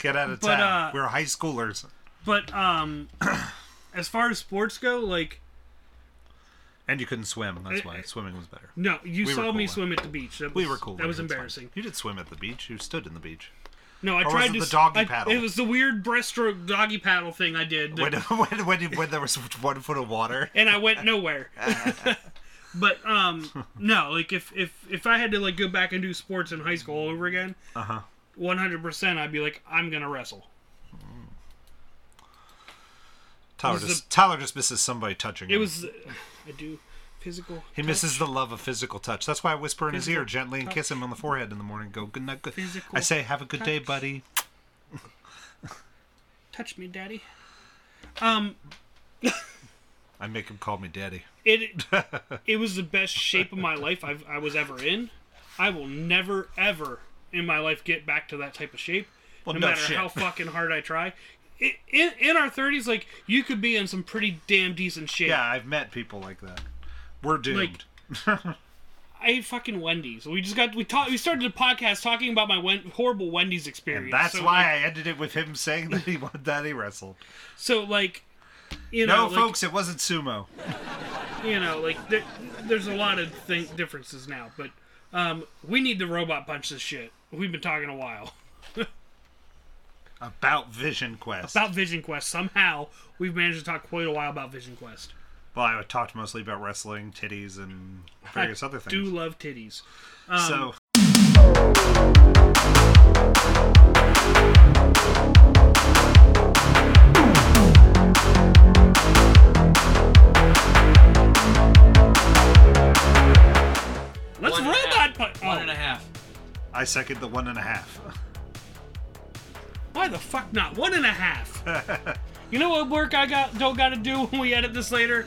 Speaker 1: get out of
Speaker 2: But,
Speaker 1: town.
Speaker 2: uh,
Speaker 1: We're high schoolers.
Speaker 2: But um, as far as sports go, like
Speaker 1: And you couldn't swim. That's why
Speaker 2: Uh,
Speaker 1: swimming was better.
Speaker 2: no, you
Speaker 1: We were
Speaker 2: saw me
Speaker 1: cool,
Speaker 2: swim at the beach. That was,
Speaker 1: We were cool.
Speaker 2: That was
Speaker 1: It's fine.
Speaker 2: embarrassing.
Speaker 1: You did swim at the beach. You stood in the beach.
Speaker 2: No, I
Speaker 1: was
Speaker 2: tried
Speaker 1: it
Speaker 2: to.
Speaker 1: the
Speaker 2: s-
Speaker 1: doggy
Speaker 2: I-
Speaker 1: paddle?
Speaker 2: It was the weird breaststroke doggy paddle thing I did, that-
Speaker 1: When, when, when, when there was one foot of water.
Speaker 2: and I went nowhere. but um, no, like if if if I had to like go back and do sports in high school all over again,
Speaker 1: Uh huh.
Speaker 2: 100, percent I'd be like, I'm gonna wrestle.
Speaker 1: Tyler
Speaker 2: was the-
Speaker 1: just, Tyler just misses somebody touching
Speaker 2: It
Speaker 1: him.
Speaker 2: was, I do physical.
Speaker 1: He misses the love of physical touch. That's why I whisper in his ear
Speaker 2: Physical
Speaker 1: gently and kiss him on the forehead in the morning. Go good night. Good.
Speaker 2: Physical
Speaker 1: I say, have a good day,
Speaker 2: touch.
Speaker 1: buddy.
Speaker 2: touch me, daddy. Um,
Speaker 1: I make him call me daddy.
Speaker 2: it it was the best shape of my life I've, I was ever in. I will never ever in my life get back to that type of shape,
Speaker 1: Well,
Speaker 2: no,
Speaker 1: no
Speaker 2: matter
Speaker 1: shit.
Speaker 2: how fucking hard I try. I in in our thirties, like you could be in some pretty damn decent shape.
Speaker 1: Yeah, I've met people like that. We're doomed.
Speaker 2: I ate fucking Wendy's. We just got we talked. We started a podcast talking about my Wen- horrible Wendy's experience.
Speaker 1: and that's
Speaker 2: so,
Speaker 1: why
Speaker 2: Like,
Speaker 1: I ended it with him saying that he wanted that he wrestled.
Speaker 2: so like, you
Speaker 1: No,
Speaker 2: know, like,
Speaker 1: folks, it wasn't sumo.
Speaker 2: you know, like there, there's a lot of thing, differences now, but um, we need to robot punch this shit. We've been talking a while.
Speaker 1: About Vision Quest.
Speaker 2: about Vision Quest. Somehow we've managed to talk quite a while about Vision Quest.
Speaker 1: well, I talked mostly about wrestling, titties, and various other
Speaker 2: Do um,
Speaker 1: things.
Speaker 2: love titties.
Speaker 1: so,
Speaker 2: Let's
Speaker 3: One and a
Speaker 2: robot
Speaker 3: half.
Speaker 2: punch.
Speaker 3: One and a
Speaker 2: Oh,
Speaker 3: half.
Speaker 1: I second the one and a half.
Speaker 2: why the fuck not? One and a half. you know what work I got don't got to do when we edit this later?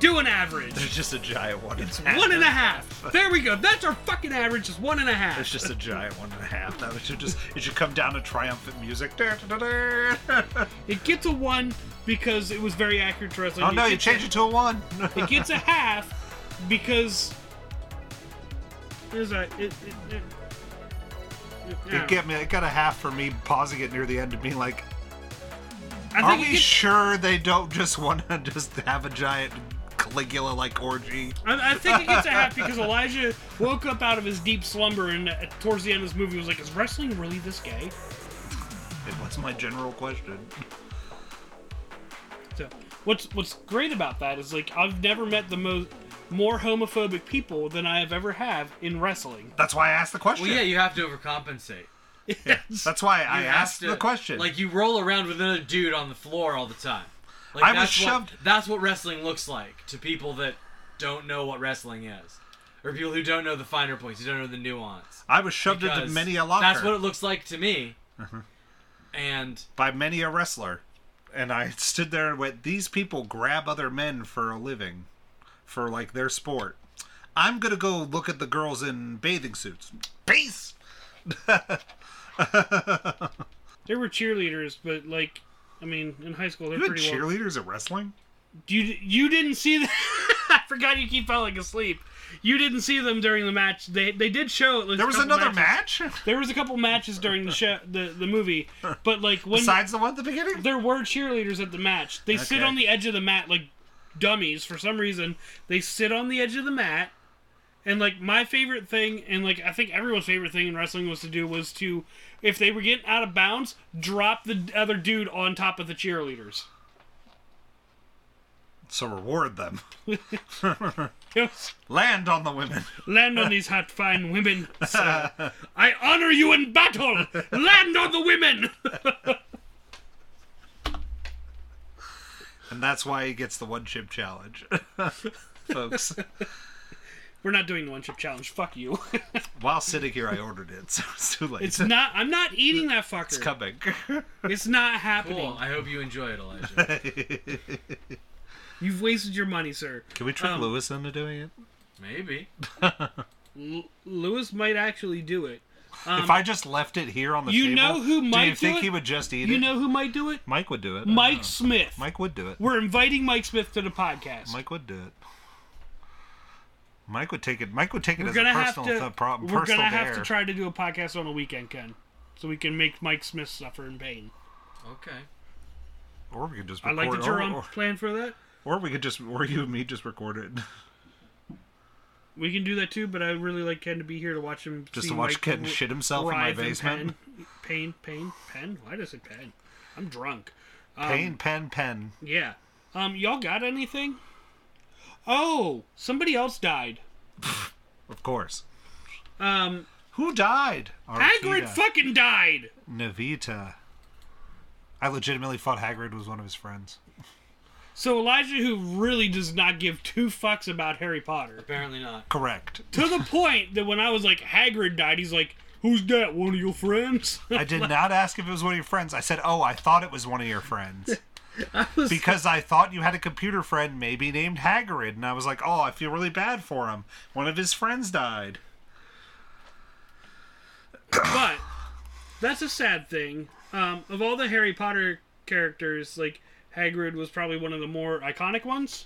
Speaker 2: Do an average.
Speaker 8: There's just a giant one. It's
Speaker 2: One and a half. There we go. That's our fucking average. Is one and a half.
Speaker 8: It's just a giant one and a half. That should just it should come down to triumphant music. oh
Speaker 2: It gets a one because it was very accurate to
Speaker 1: Oh,
Speaker 2: wrestling.
Speaker 8: no, you
Speaker 2: It
Speaker 8: change it to a one.
Speaker 2: gets- It gets a half because there's a it. it, it, it- I don't
Speaker 1: It, get me, it got a half for me pausing it near the end and being like,
Speaker 2: know. I
Speaker 1: are
Speaker 2: think
Speaker 1: we
Speaker 2: it gets,
Speaker 1: sure they don't just want to just have a giant Caligula like orgy?
Speaker 2: I, I think it gets a half because Elijah woke up out of his deep slumber and uh, towards the end of this movie was like, "Is wrestling really this gay?"
Speaker 1: It was my general question.
Speaker 2: So what's what's great about that is like I've never met the most more homophobic people than I have ever have in wrestling.
Speaker 1: That's why I asked the question.
Speaker 4: Well, yeah, you have to overcompensate.
Speaker 1: That's why I
Speaker 4: You have
Speaker 1: asked
Speaker 4: to-
Speaker 1: the question.
Speaker 4: Like you roll around with another dude on the floor all the time. Like,
Speaker 1: I was
Speaker 4: that's what-
Speaker 1: shoved-
Speaker 4: that's what wrestling looks like to people that don't know what wrestling is, or people who don't know the finer points, who don't know the nuance.
Speaker 1: I was shoved into
Speaker 4: Because
Speaker 1: many a locker Uh-huh.
Speaker 4: That's what it looks like to me. And
Speaker 1: by many a wrestler. And I stood there and went, These people grab other men for a living, for like their sport. I'm going to go look at the girls in bathing suits. Peace!
Speaker 2: They were cheerleaders, but like, I mean, in high school they're
Speaker 1: You had
Speaker 2: pretty well.
Speaker 1: cheerleaders at wrestling?
Speaker 2: You you didn't see them. I forgot you keep falling asleep. You didn't see them during the match. They they did show. At least
Speaker 1: There was
Speaker 2: a couple
Speaker 1: another
Speaker 2: matches.
Speaker 1: match
Speaker 2: There was a couple matches during the show, the the movie, but like when
Speaker 1: besides the one at the beginning?
Speaker 2: there were cheerleaders at the match. They sit
Speaker 1: Okay.
Speaker 2: on the edge of the mat like dummies for some reason. They sit on the edge of the mat. And like my favorite thing and like I think everyone's favorite thing in wrestling was to do was to if they were getting out of bounds, drop the other dude on top of the cheerleaders.
Speaker 1: So reward them.
Speaker 2: It was-
Speaker 1: Land on the women.
Speaker 2: Land on these hot fine women, sir. I honor you in battle. Land on the women.
Speaker 1: And that's why he gets the one chip challenge. Folks,
Speaker 2: We're not doing the one chip challenge. Fuck you.
Speaker 1: while sitting here, I ordered it, so it's too late.
Speaker 2: It's not. I'm not eating that fucker. It's,
Speaker 1: coming.
Speaker 2: not happening.
Speaker 4: cool. I hope you enjoy it, Elijah.
Speaker 2: You've wasted your money, sir.
Speaker 1: Can we trick
Speaker 2: Um,
Speaker 1: Lewis into doing it?
Speaker 4: Maybe.
Speaker 2: L- Lewis might actually do it.
Speaker 1: if I just left it here on the
Speaker 2: Um, you
Speaker 1: table,
Speaker 2: know who
Speaker 1: do you
Speaker 2: might do
Speaker 1: think
Speaker 2: it?
Speaker 1: he would just eat
Speaker 2: You
Speaker 1: it?
Speaker 2: know who might do it?
Speaker 1: Mike would do it.
Speaker 2: Mike Smith.
Speaker 1: Mike would do it.
Speaker 2: We're inviting Mike Smith to the podcast.
Speaker 1: Mike would do it. Mike would do it. Mike would take it. Mike would take it
Speaker 2: we're
Speaker 1: as a
Speaker 2: gonna have
Speaker 1: personal
Speaker 2: to.
Speaker 1: th- problem.
Speaker 2: we're
Speaker 1: personal
Speaker 2: gonna have to
Speaker 1: dare.
Speaker 2: try to do a podcast on a weekend, Ken, so we can make Mike Smith suffer in pain.
Speaker 4: Okay.
Speaker 1: Or we could just
Speaker 2: I
Speaker 1: record
Speaker 2: like that
Speaker 1: it.
Speaker 2: you're
Speaker 1: Or,
Speaker 2: on
Speaker 1: or,
Speaker 2: plan for that.
Speaker 1: or we could just, or you and me just record it.
Speaker 2: We can do that too, but I really like Ken to be here to watch him.
Speaker 1: Just
Speaker 2: see
Speaker 1: to watch
Speaker 2: Mike
Speaker 1: Ken
Speaker 2: wr-
Speaker 1: shit himself in my
Speaker 2: writhe
Speaker 1: basement?
Speaker 2: Pen. Pain, pain, pen. Why does it pen? I'm drunk. um,
Speaker 1: Pain, pen, pen.
Speaker 2: Yeah. Um, y'all got anything? Oh, somebody else died.
Speaker 1: Of course.
Speaker 2: Um,
Speaker 1: Who died?
Speaker 2: Hagrid
Speaker 1: Arvida.
Speaker 2: fucking died.
Speaker 1: Navita. I legitimately thought Hagrid was one of his friends.
Speaker 2: So Elijah, who really does not give two fucks about Harry Potter,
Speaker 4: Apparently not.
Speaker 1: Correct.
Speaker 2: to the point that when I was like, Hagrid died, he's like, "Who's that? One of your friends?"
Speaker 1: I did not ask if it was one of your friends. I said, "Oh, I thought it was one of your friends." because I thought you had a computer friend, maybe named Hagrid, and I was like, "Oh, I feel really bad for him. One of his friends died."
Speaker 2: but that's a sad thing. Um, of all the Harry Potter characters, like Hagrid was probably one of the more iconic ones.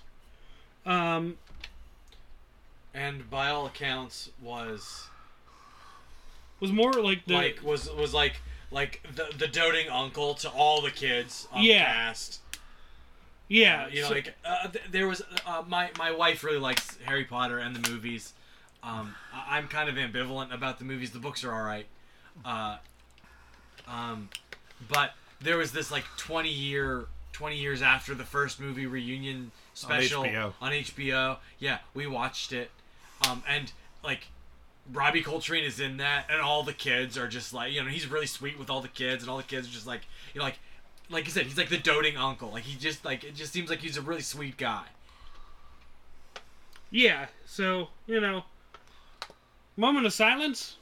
Speaker 4: And by all accounts, was
Speaker 2: Was more like the
Speaker 4: like was was like like the the doting uncle to all the kids on
Speaker 2: Yeah.
Speaker 4: cast.
Speaker 2: yeah,
Speaker 4: You know,
Speaker 2: so-
Speaker 4: like uh, th- there was uh, my my wife really likes Harry Potter and the movies. Um, I- I'm kind of ambivalent about the movies. The books are all right, uh, um, but there was this like 20 year 20 years after the first movie reunion special
Speaker 1: HBO.
Speaker 4: on HBO. Yeah, we watched it, um, and like Robbie Coltrane is in that, and all the kids are just like, you know, he's really sweet with all the kids, and all the kids are just like, you know, like, like you said, he's like the doting uncle. Like he just like it just seems like he's a really sweet guy.
Speaker 2: yeah. So you know, moment of silence.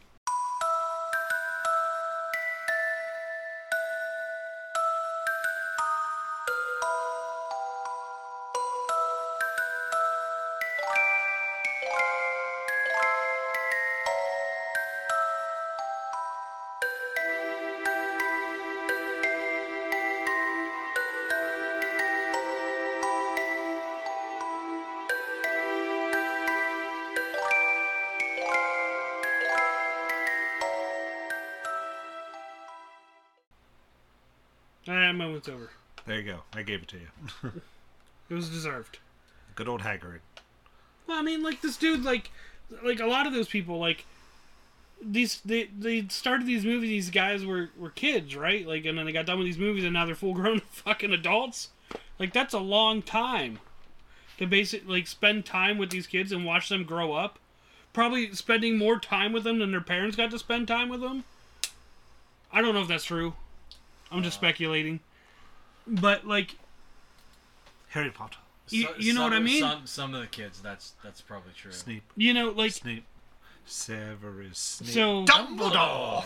Speaker 2: Ah, moment's over.
Speaker 1: There you go. I gave it to you.
Speaker 2: It was deserved.
Speaker 1: Good old Hagrid.
Speaker 2: Well, I mean, like this dude, like, like a lot of those people, like these they they started these movies. These guys were were kids, right? Like, and then they got done with these movies, and now they're full grown fucking adults. Like, that's a long time to basically like spend time with these kids and watch them grow up. Probably spending more time with them than their parents got to spend time with them. I don't know if that's true. I'm
Speaker 4: Uh.
Speaker 2: just speculating. But like,
Speaker 1: Harry Potter.
Speaker 2: you,
Speaker 4: So-
Speaker 2: you know
Speaker 4: some-
Speaker 2: what I mean?
Speaker 4: Some some of the kids, that's that's probably true.
Speaker 1: Snape.
Speaker 2: you know, like
Speaker 1: Snape. Severus Snape.
Speaker 2: so.
Speaker 1: Dumbledore.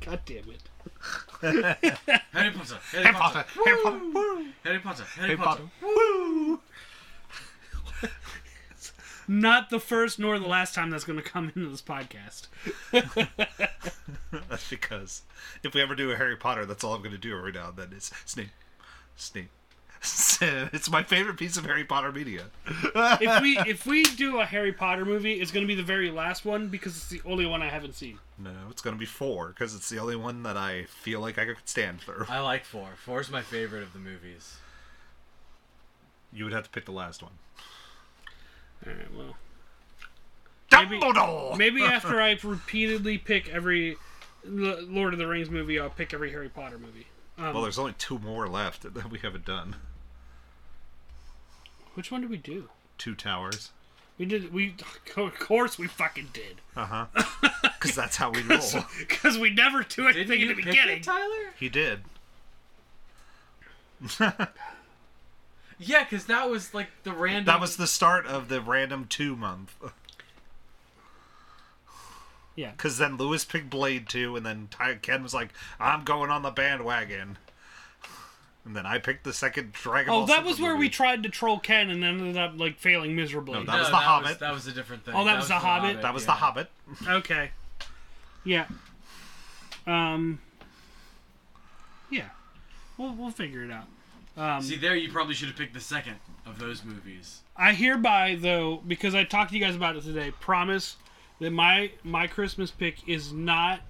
Speaker 2: God damn it.
Speaker 4: Harry Potter, Harry,
Speaker 1: Harry
Speaker 4: Potter,
Speaker 1: Potter. Harry Potter. Woo.
Speaker 4: Harry Potter, Harry,
Speaker 1: Harry
Speaker 4: Potter.
Speaker 1: Potter. Woo.
Speaker 2: Not the first nor the last time that's going to come into this podcast.
Speaker 1: That's because if we ever do a Harry Potter, that's all I'm going to do every now and then is Snape. Snape. it's my favorite piece of Harry Potter media.
Speaker 2: If we if we do a Harry Potter movie, it's going to be the very last one because it's the only one I haven't seen.
Speaker 1: No, it's going to be four because it's the only one that I feel like I could stand through.
Speaker 4: I like four. Four's my favorite of the movies.
Speaker 1: You would have to pick the last one.
Speaker 2: All right, well, Maybe-
Speaker 1: Dumbledore.
Speaker 2: maybe after I repeatedly pick every L- Lord of the Rings movie, I'll pick every Harry Potter movie.
Speaker 1: Well, there's only two more left that we haven't done.
Speaker 2: Which one did we do?
Speaker 1: Two towers.
Speaker 2: We did we of course we fucking did
Speaker 1: Because that's how we roll.
Speaker 2: because we never do
Speaker 4: Didn't
Speaker 2: anything
Speaker 4: you
Speaker 2: in the
Speaker 4: pick
Speaker 2: beginning.
Speaker 4: it, Tyler?
Speaker 1: he did.
Speaker 4: Yeah, because that was like the random.
Speaker 1: That was the start of the random two month.
Speaker 2: Yeah.
Speaker 1: Because then Lewis picked Blade 2, and then Ty- Ken was like, I'm going on the bandwagon. And then I picked the second Dragon
Speaker 2: Oh,
Speaker 1: Ball
Speaker 2: that
Speaker 1: Super
Speaker 2: was where we
Speaker 1: movie.
Speaker 2: tried to troll Ken and ended up like failing miserably.
Speaker 1: No,
Speaker 4: No,
Speaker 1: that was The
Speaker 4: that
Speaker 1: Hobbit.
Speaker 4: that was a different thing.
Speaker 2: Oh, that was The Hobbit? Um,
Speaker 1: That was
Speaker 4: yeah.
Speaker 1: The Hobbit.
Speaker 2: Okay. Yeah. Um. Yeah. We'll we'll figure it out.
Speaker 4: See, there you probably should have picked the second of those movies.
Speaker 2: I hereby though, because I talked to you guys about it today, promise that my my Christmas pick is not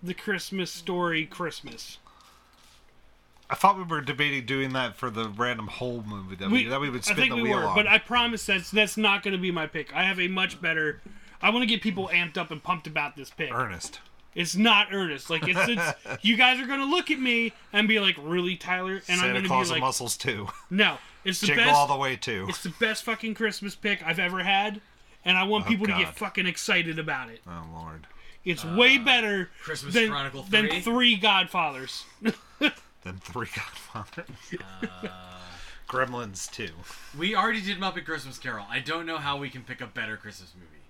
Speaker 2: the Christmas story Christmas.
Speaker 1: I thought we were debating doing that for the random whole movie that we, that we would spin
Speaker 2: I think
Speaker 1: the
Speaker 2: we
Speaker 1: wheel
Speaker 2: were,
Speaker 1: on.
Speaker 2: but I promise that's that's not going to be my pick. I have a much better. I want to get people amped up and pumped about this pick.
Speaker 1: Ernest.
Speaker 2: It's not earnest. Like it's, it's you guys are going to look at me and be like, "Really, Tyler?" And I'm
Speaker 1: Santa
Speaker 2: going to
Speaker 1: Claus
Speaker 2: be like,
Speaker 1: and Muscles 2.
Speaker 2: "No, it's the
Speaker 1: Jingle
Speaker 2: best
Speaker 1: all the way 2.
Speaker 2: It's the best fucking Christmas pick I've ever had, and I want people to get
Speaker 1: Oh, God. uh,
Speaker 2: fucking excited about it.
Speaker 1: Oh, Lord.
Speaker 2: It's way better
Speaker 4: Christmas
Speaker 2: than,
Speaker 4: Chronicle
Speaker 2: than
Speaker 4: 3?
Speaker 2: three Godfathers.
Speaker 1: Then Three Godfathers.
Speaker 4: Uh.
Speaker 1: Gremlins 2.
Speaker 4: We already did Muppet Christmas Carol. I don't know how we can pick a better Christmas movie.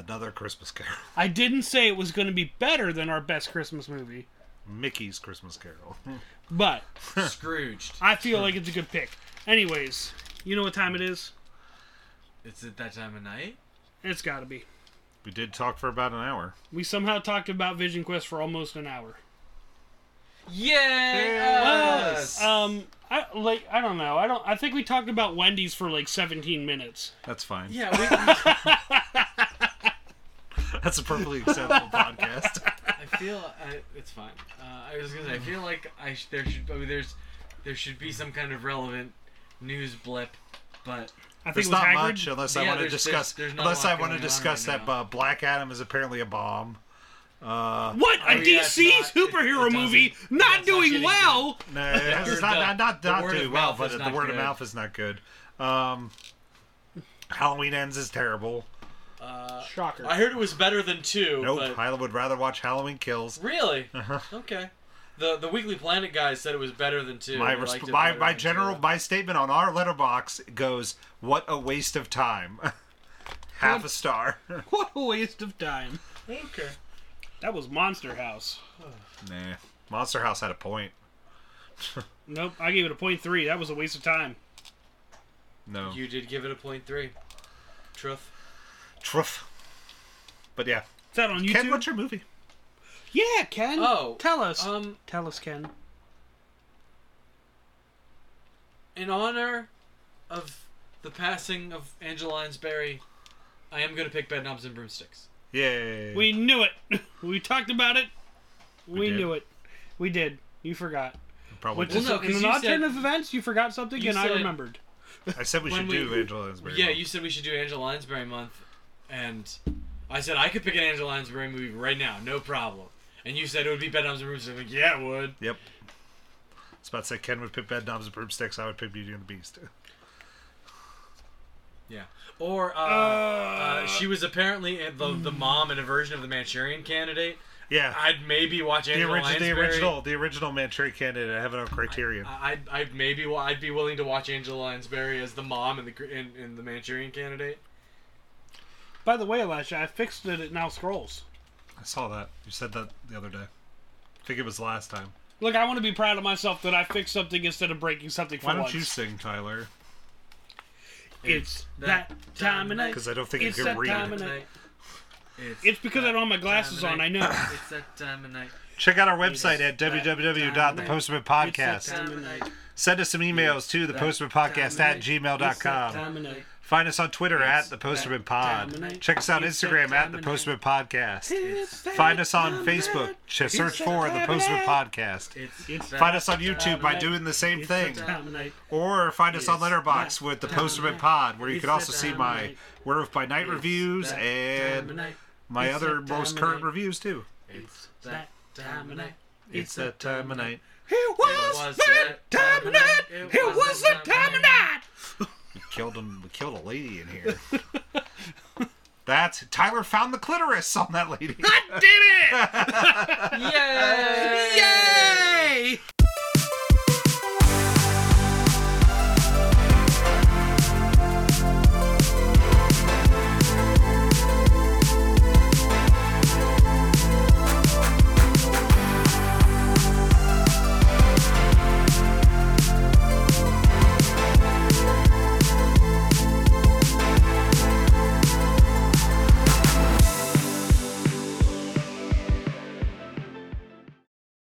Speaker 1: Another Christmas Carol.
Speaker 2: I didn't say it was going to be better than our best Christmas movie,
Speaker 1: Mickey's Christmas Carol.
Speaker 2: but
Speaker 4: Scrooged.
Speaker 2: I feel like it's a good pick. Anyways, you know what time it is?
Speaker 4: It's at that time of night.
Speaker 2: It's got to be.
Speaker 1: We did talk for about an hour.
Speaker 2: We somehow talked about Vision Quest for almost an hour.
Speaker 4: Yeah.
Speaker 2: Um, I like I don't know. I don't. I think we talked about Wendy's for like 17 minutes.
Speaker 1: That's fine.
Speaker 4: Yeah. We, I
Speaker 1: That's a perfectly acceptable podcast.
Speaker 4: feel I, it's fine. Uh, I was gonna say I feel like I sh- there should I mean, there's there should be some kind of relevant news blip, but
Speaker 2: I think it
Speaker 1: There's
Speaker 2: was
Speaker 1: not
Speaker 2: Hagrid.
Speaker 1: much unless I
Speaker 4: Yeah,
Speaker 1: want to
Speaker 4: there's-
Speaker 1: discuss.
Speaker 4: there's- there's not a
Speaker 1: unless
Speaker 4: lot
Speaker 1: I want to
Speaker 4: going on
Speaker 1: discuss
Speaker 4: right
Speaker 1: that
Speaker 4: now.
Speaker 1: uh, Black Adam is apparently a bomb.
Speaker 2: What a
Speaker 4: yeah, it's
Speaker 2: DC
Speaker 4: not- it-
Speaker 2: superhero
Speaker 4: it doesn't-
Speaker 2: movie
Speaker 4: that's
Speaker 2: not
Speaker 4: not
Speaker 2: doing
Speaker 4: getting
Speaker 2: well.
Speaker 1: No, it's not
Speaker 4: the-
Speaker 1: not not,
Speaker 4: the
Speaker 1: not
Speaker 4: word
Speaker 1: doing
Speaker 4: of
Speaker 1: well,
Speaker 4: mouth
Speaker 1: but the
Speaker 4: is not
Speaker 1: word of
Speaker 4: good.
Speaker 1: mouth is not good. Um, Halloween Ends is terrible.
Speaker 2: Shocker.
Speaker 3: I heard it was better than two.
Speaker 1: Nope,
Speaker 3: but-
Speaker 1: I Uh-huh. would rather watch Halloween Kills.
Speaker 3: Really? Okay. The the Weekly Planet guy said it was better than two.
Speaker 1: My
Speaker 3: They
Speaker 1: resp-
Speaker 3: liked it
Speaker 1: my
Speaker 3: better
Speaker 1: my
Speaker 3: than
Speaker 1: general
Speaker 3: two.
Speaker 1: my statement on our letterbox goes: What a waste of time. Half a star.
Speaker 2: What a waste of time.
Speaker 3: Okay.
Speaker 2: That was Monster House.
Speaker 1: nah, Monster House had a point.
Speaker 2: Nope, I gave it a point three. That was a waste of time.
Speaker 1: No.
Speaker 3: You did give it a point three. Truth.
Speaker 1: Truff. But yeah.
Speaker 2: Is that on YouTube?
Speaker 1: Ken, what's your movie?
Speaker 2: yeah, Ken.
Speaker 3: Oh,
Speaker 2: tell us.
Speaker 3: Um,
Speaker 2: tell us, Ken.
Speaker 3: in honor.
Speaker 4: of the passing of Angela Lansbury, I am gonna pick Bedknobs and Broomsticks.
Speaker 1: Yay.
Speaker 2: We knew it. we talked about it. We,
Speaker 1: did.
Speaker 2: knew it. We did. You forgot.
Speaker 1: Probably.
Speaker 2: Which
Speaker 4: Well,
Speaker 2: is
Speaker 4: no, 'cause
Speaker 2: in an
Speaker 4: you
Speaker 2: odd
Speaker 4: said-
Speaker 2: turn of events, you forgot something,
Speaker 4: you
Speaker 2: and I
Speaker 4: said-
Speaker 2: remembered.
Speaker 1: I said we
Speaker 4: when
Speaker 1: should
Speaker 4: we-
Speaker 1: do Angela Lansbury.
Speaker 4: Yeah,
Speaker 1: Month.
Speaker 4: you said we should do Angela Lansbury month, and I said I could pick an Angela Lansbury movie right now, no problem. And you said it would be Bedknobs and Broomsticks. I'm like, yeah, it would.
Speaker 1: Yep. It's about to say Ken would pick Bedknobs and Broomsticks. I would pick Beauty and the Beast.
Speaker 4: Yeah. Or uh, uh, she was apparently a- the,
Speaker 1: Mm.
Speaker 4: the mom in a version of the Manchurian Candidate.
Speaker 1: Yeah.
Speaker 4: I'd maybe watch
Speaker 1: the,
Speaker 4: Angela
Speaker 1: origi- the
Speaker 4: Lansbury.
Speaker 1: original, the original Manchurian Candidate. I have it on Criterion.
Speaker 4: I- I'd, I'd maybe wa- I'd be willing to watch Angela Lansbury as the mom in the gr- in, in the Manchurian Candidate.
Speaker 2: By the way, Elisha, I fixed it. It now scrolls.
Speaker 1: I saw that. You said that the other day. I think it was last time.
Speaker 2: Look, I want to be proud of myself that I fixed something instead of breaking something for
Speaker 1: Why don't
Speaker 2: once.
Speaker 1: you sing, Tyler?
Speaker 2: It's that time of night.
Speaker 1: Because I don't think
Speaker 2: It's
Speaker 1: you can
Speaker 2: that time
Speaker 1: read.
Speaker 2: of night. It's because I don't have my glasses on. I know.
Speaker 4: It's that time of night.
Speaker 1: Check out our website at
Speaker 4: that
Speaker 1: www.thepostmanpodcast.
Speaker 2: time of night.
Speaker 1: Send us some emails to thepostmanpodcast
Speaker 2: time
Speaker 1: at
Speaker 2: of
Speaker 1: gmail.com.
Speaker 2: Time of night.
Speaker 1: Find us on Twitter at the Postman
Speaker 2: time of
Speaker 1: Pod.
Speaker 2: night.
Speaker 1: Check us out on
Speaker 2: It's that
Speaker 1: Instagram
Speaker 2: time
Speaker 1: at
Speaker 2: of
Speaker 1: the
Speaker 2: night.
Speaker 1: Postman Podcast.
Speaker 2: It's that
Speaker 1: Find us on
Speaker 2: time of
Speaker 1: Facebook.
Speaker 2: night.
Speaker 1: Just search
Speaker 2: that
Speaker 1: for the
Speaker 2: time of
Speaker 1: Postman
Speaker 2: night.
Speaker 1: Podcast.
Speaker 4: It's,
Speaker 2: It's
Speaker 4: that
Speaker 1: Find us on YouTube
Speaker 2: time
Speaker 1: by
Speaker 2: of
Speaker 1: doing the same
Speaker 2: It's
Speaker 1: thing.
Speaker 2: that time of night.
Speaker 1: Or find us on
Speaker 2: Yes.
Speaker 1: Letterboxd
Speaker 2: Yeah.
Speaker 1: with the Postman Pod, where you
Speaker 2: It's
Speaker 1: can also
Speaker 2: that
Speaker 1: see
Speaker 2: time of
Speaker 1: my
Speaker 2: night.
Speaker 1: Werewolf by Night reviews
Speaker 4: that
Speaker 2: Time of
Speaker 1: and
Speaker 2: night.
Speaker 1: my
Speaker 2: It's
Speaker 1: other
Speaker 2: that time
Speaker 1: most
Speaker 2: of
Speaker 1: current
Speaker 2: night.
Speaker 1: reviews, too.
Speaker 4: It's
Speaker 2: that time of night.
Speaker 1: It's that time of night.
Speaker 9: It was that time of night. It was the time of night.
Speaker 1: killed him. We killed a lady in here. That's Tyler found the clitoris on that lady.
Speaker 9: I did it.
Speaker 4: Yay!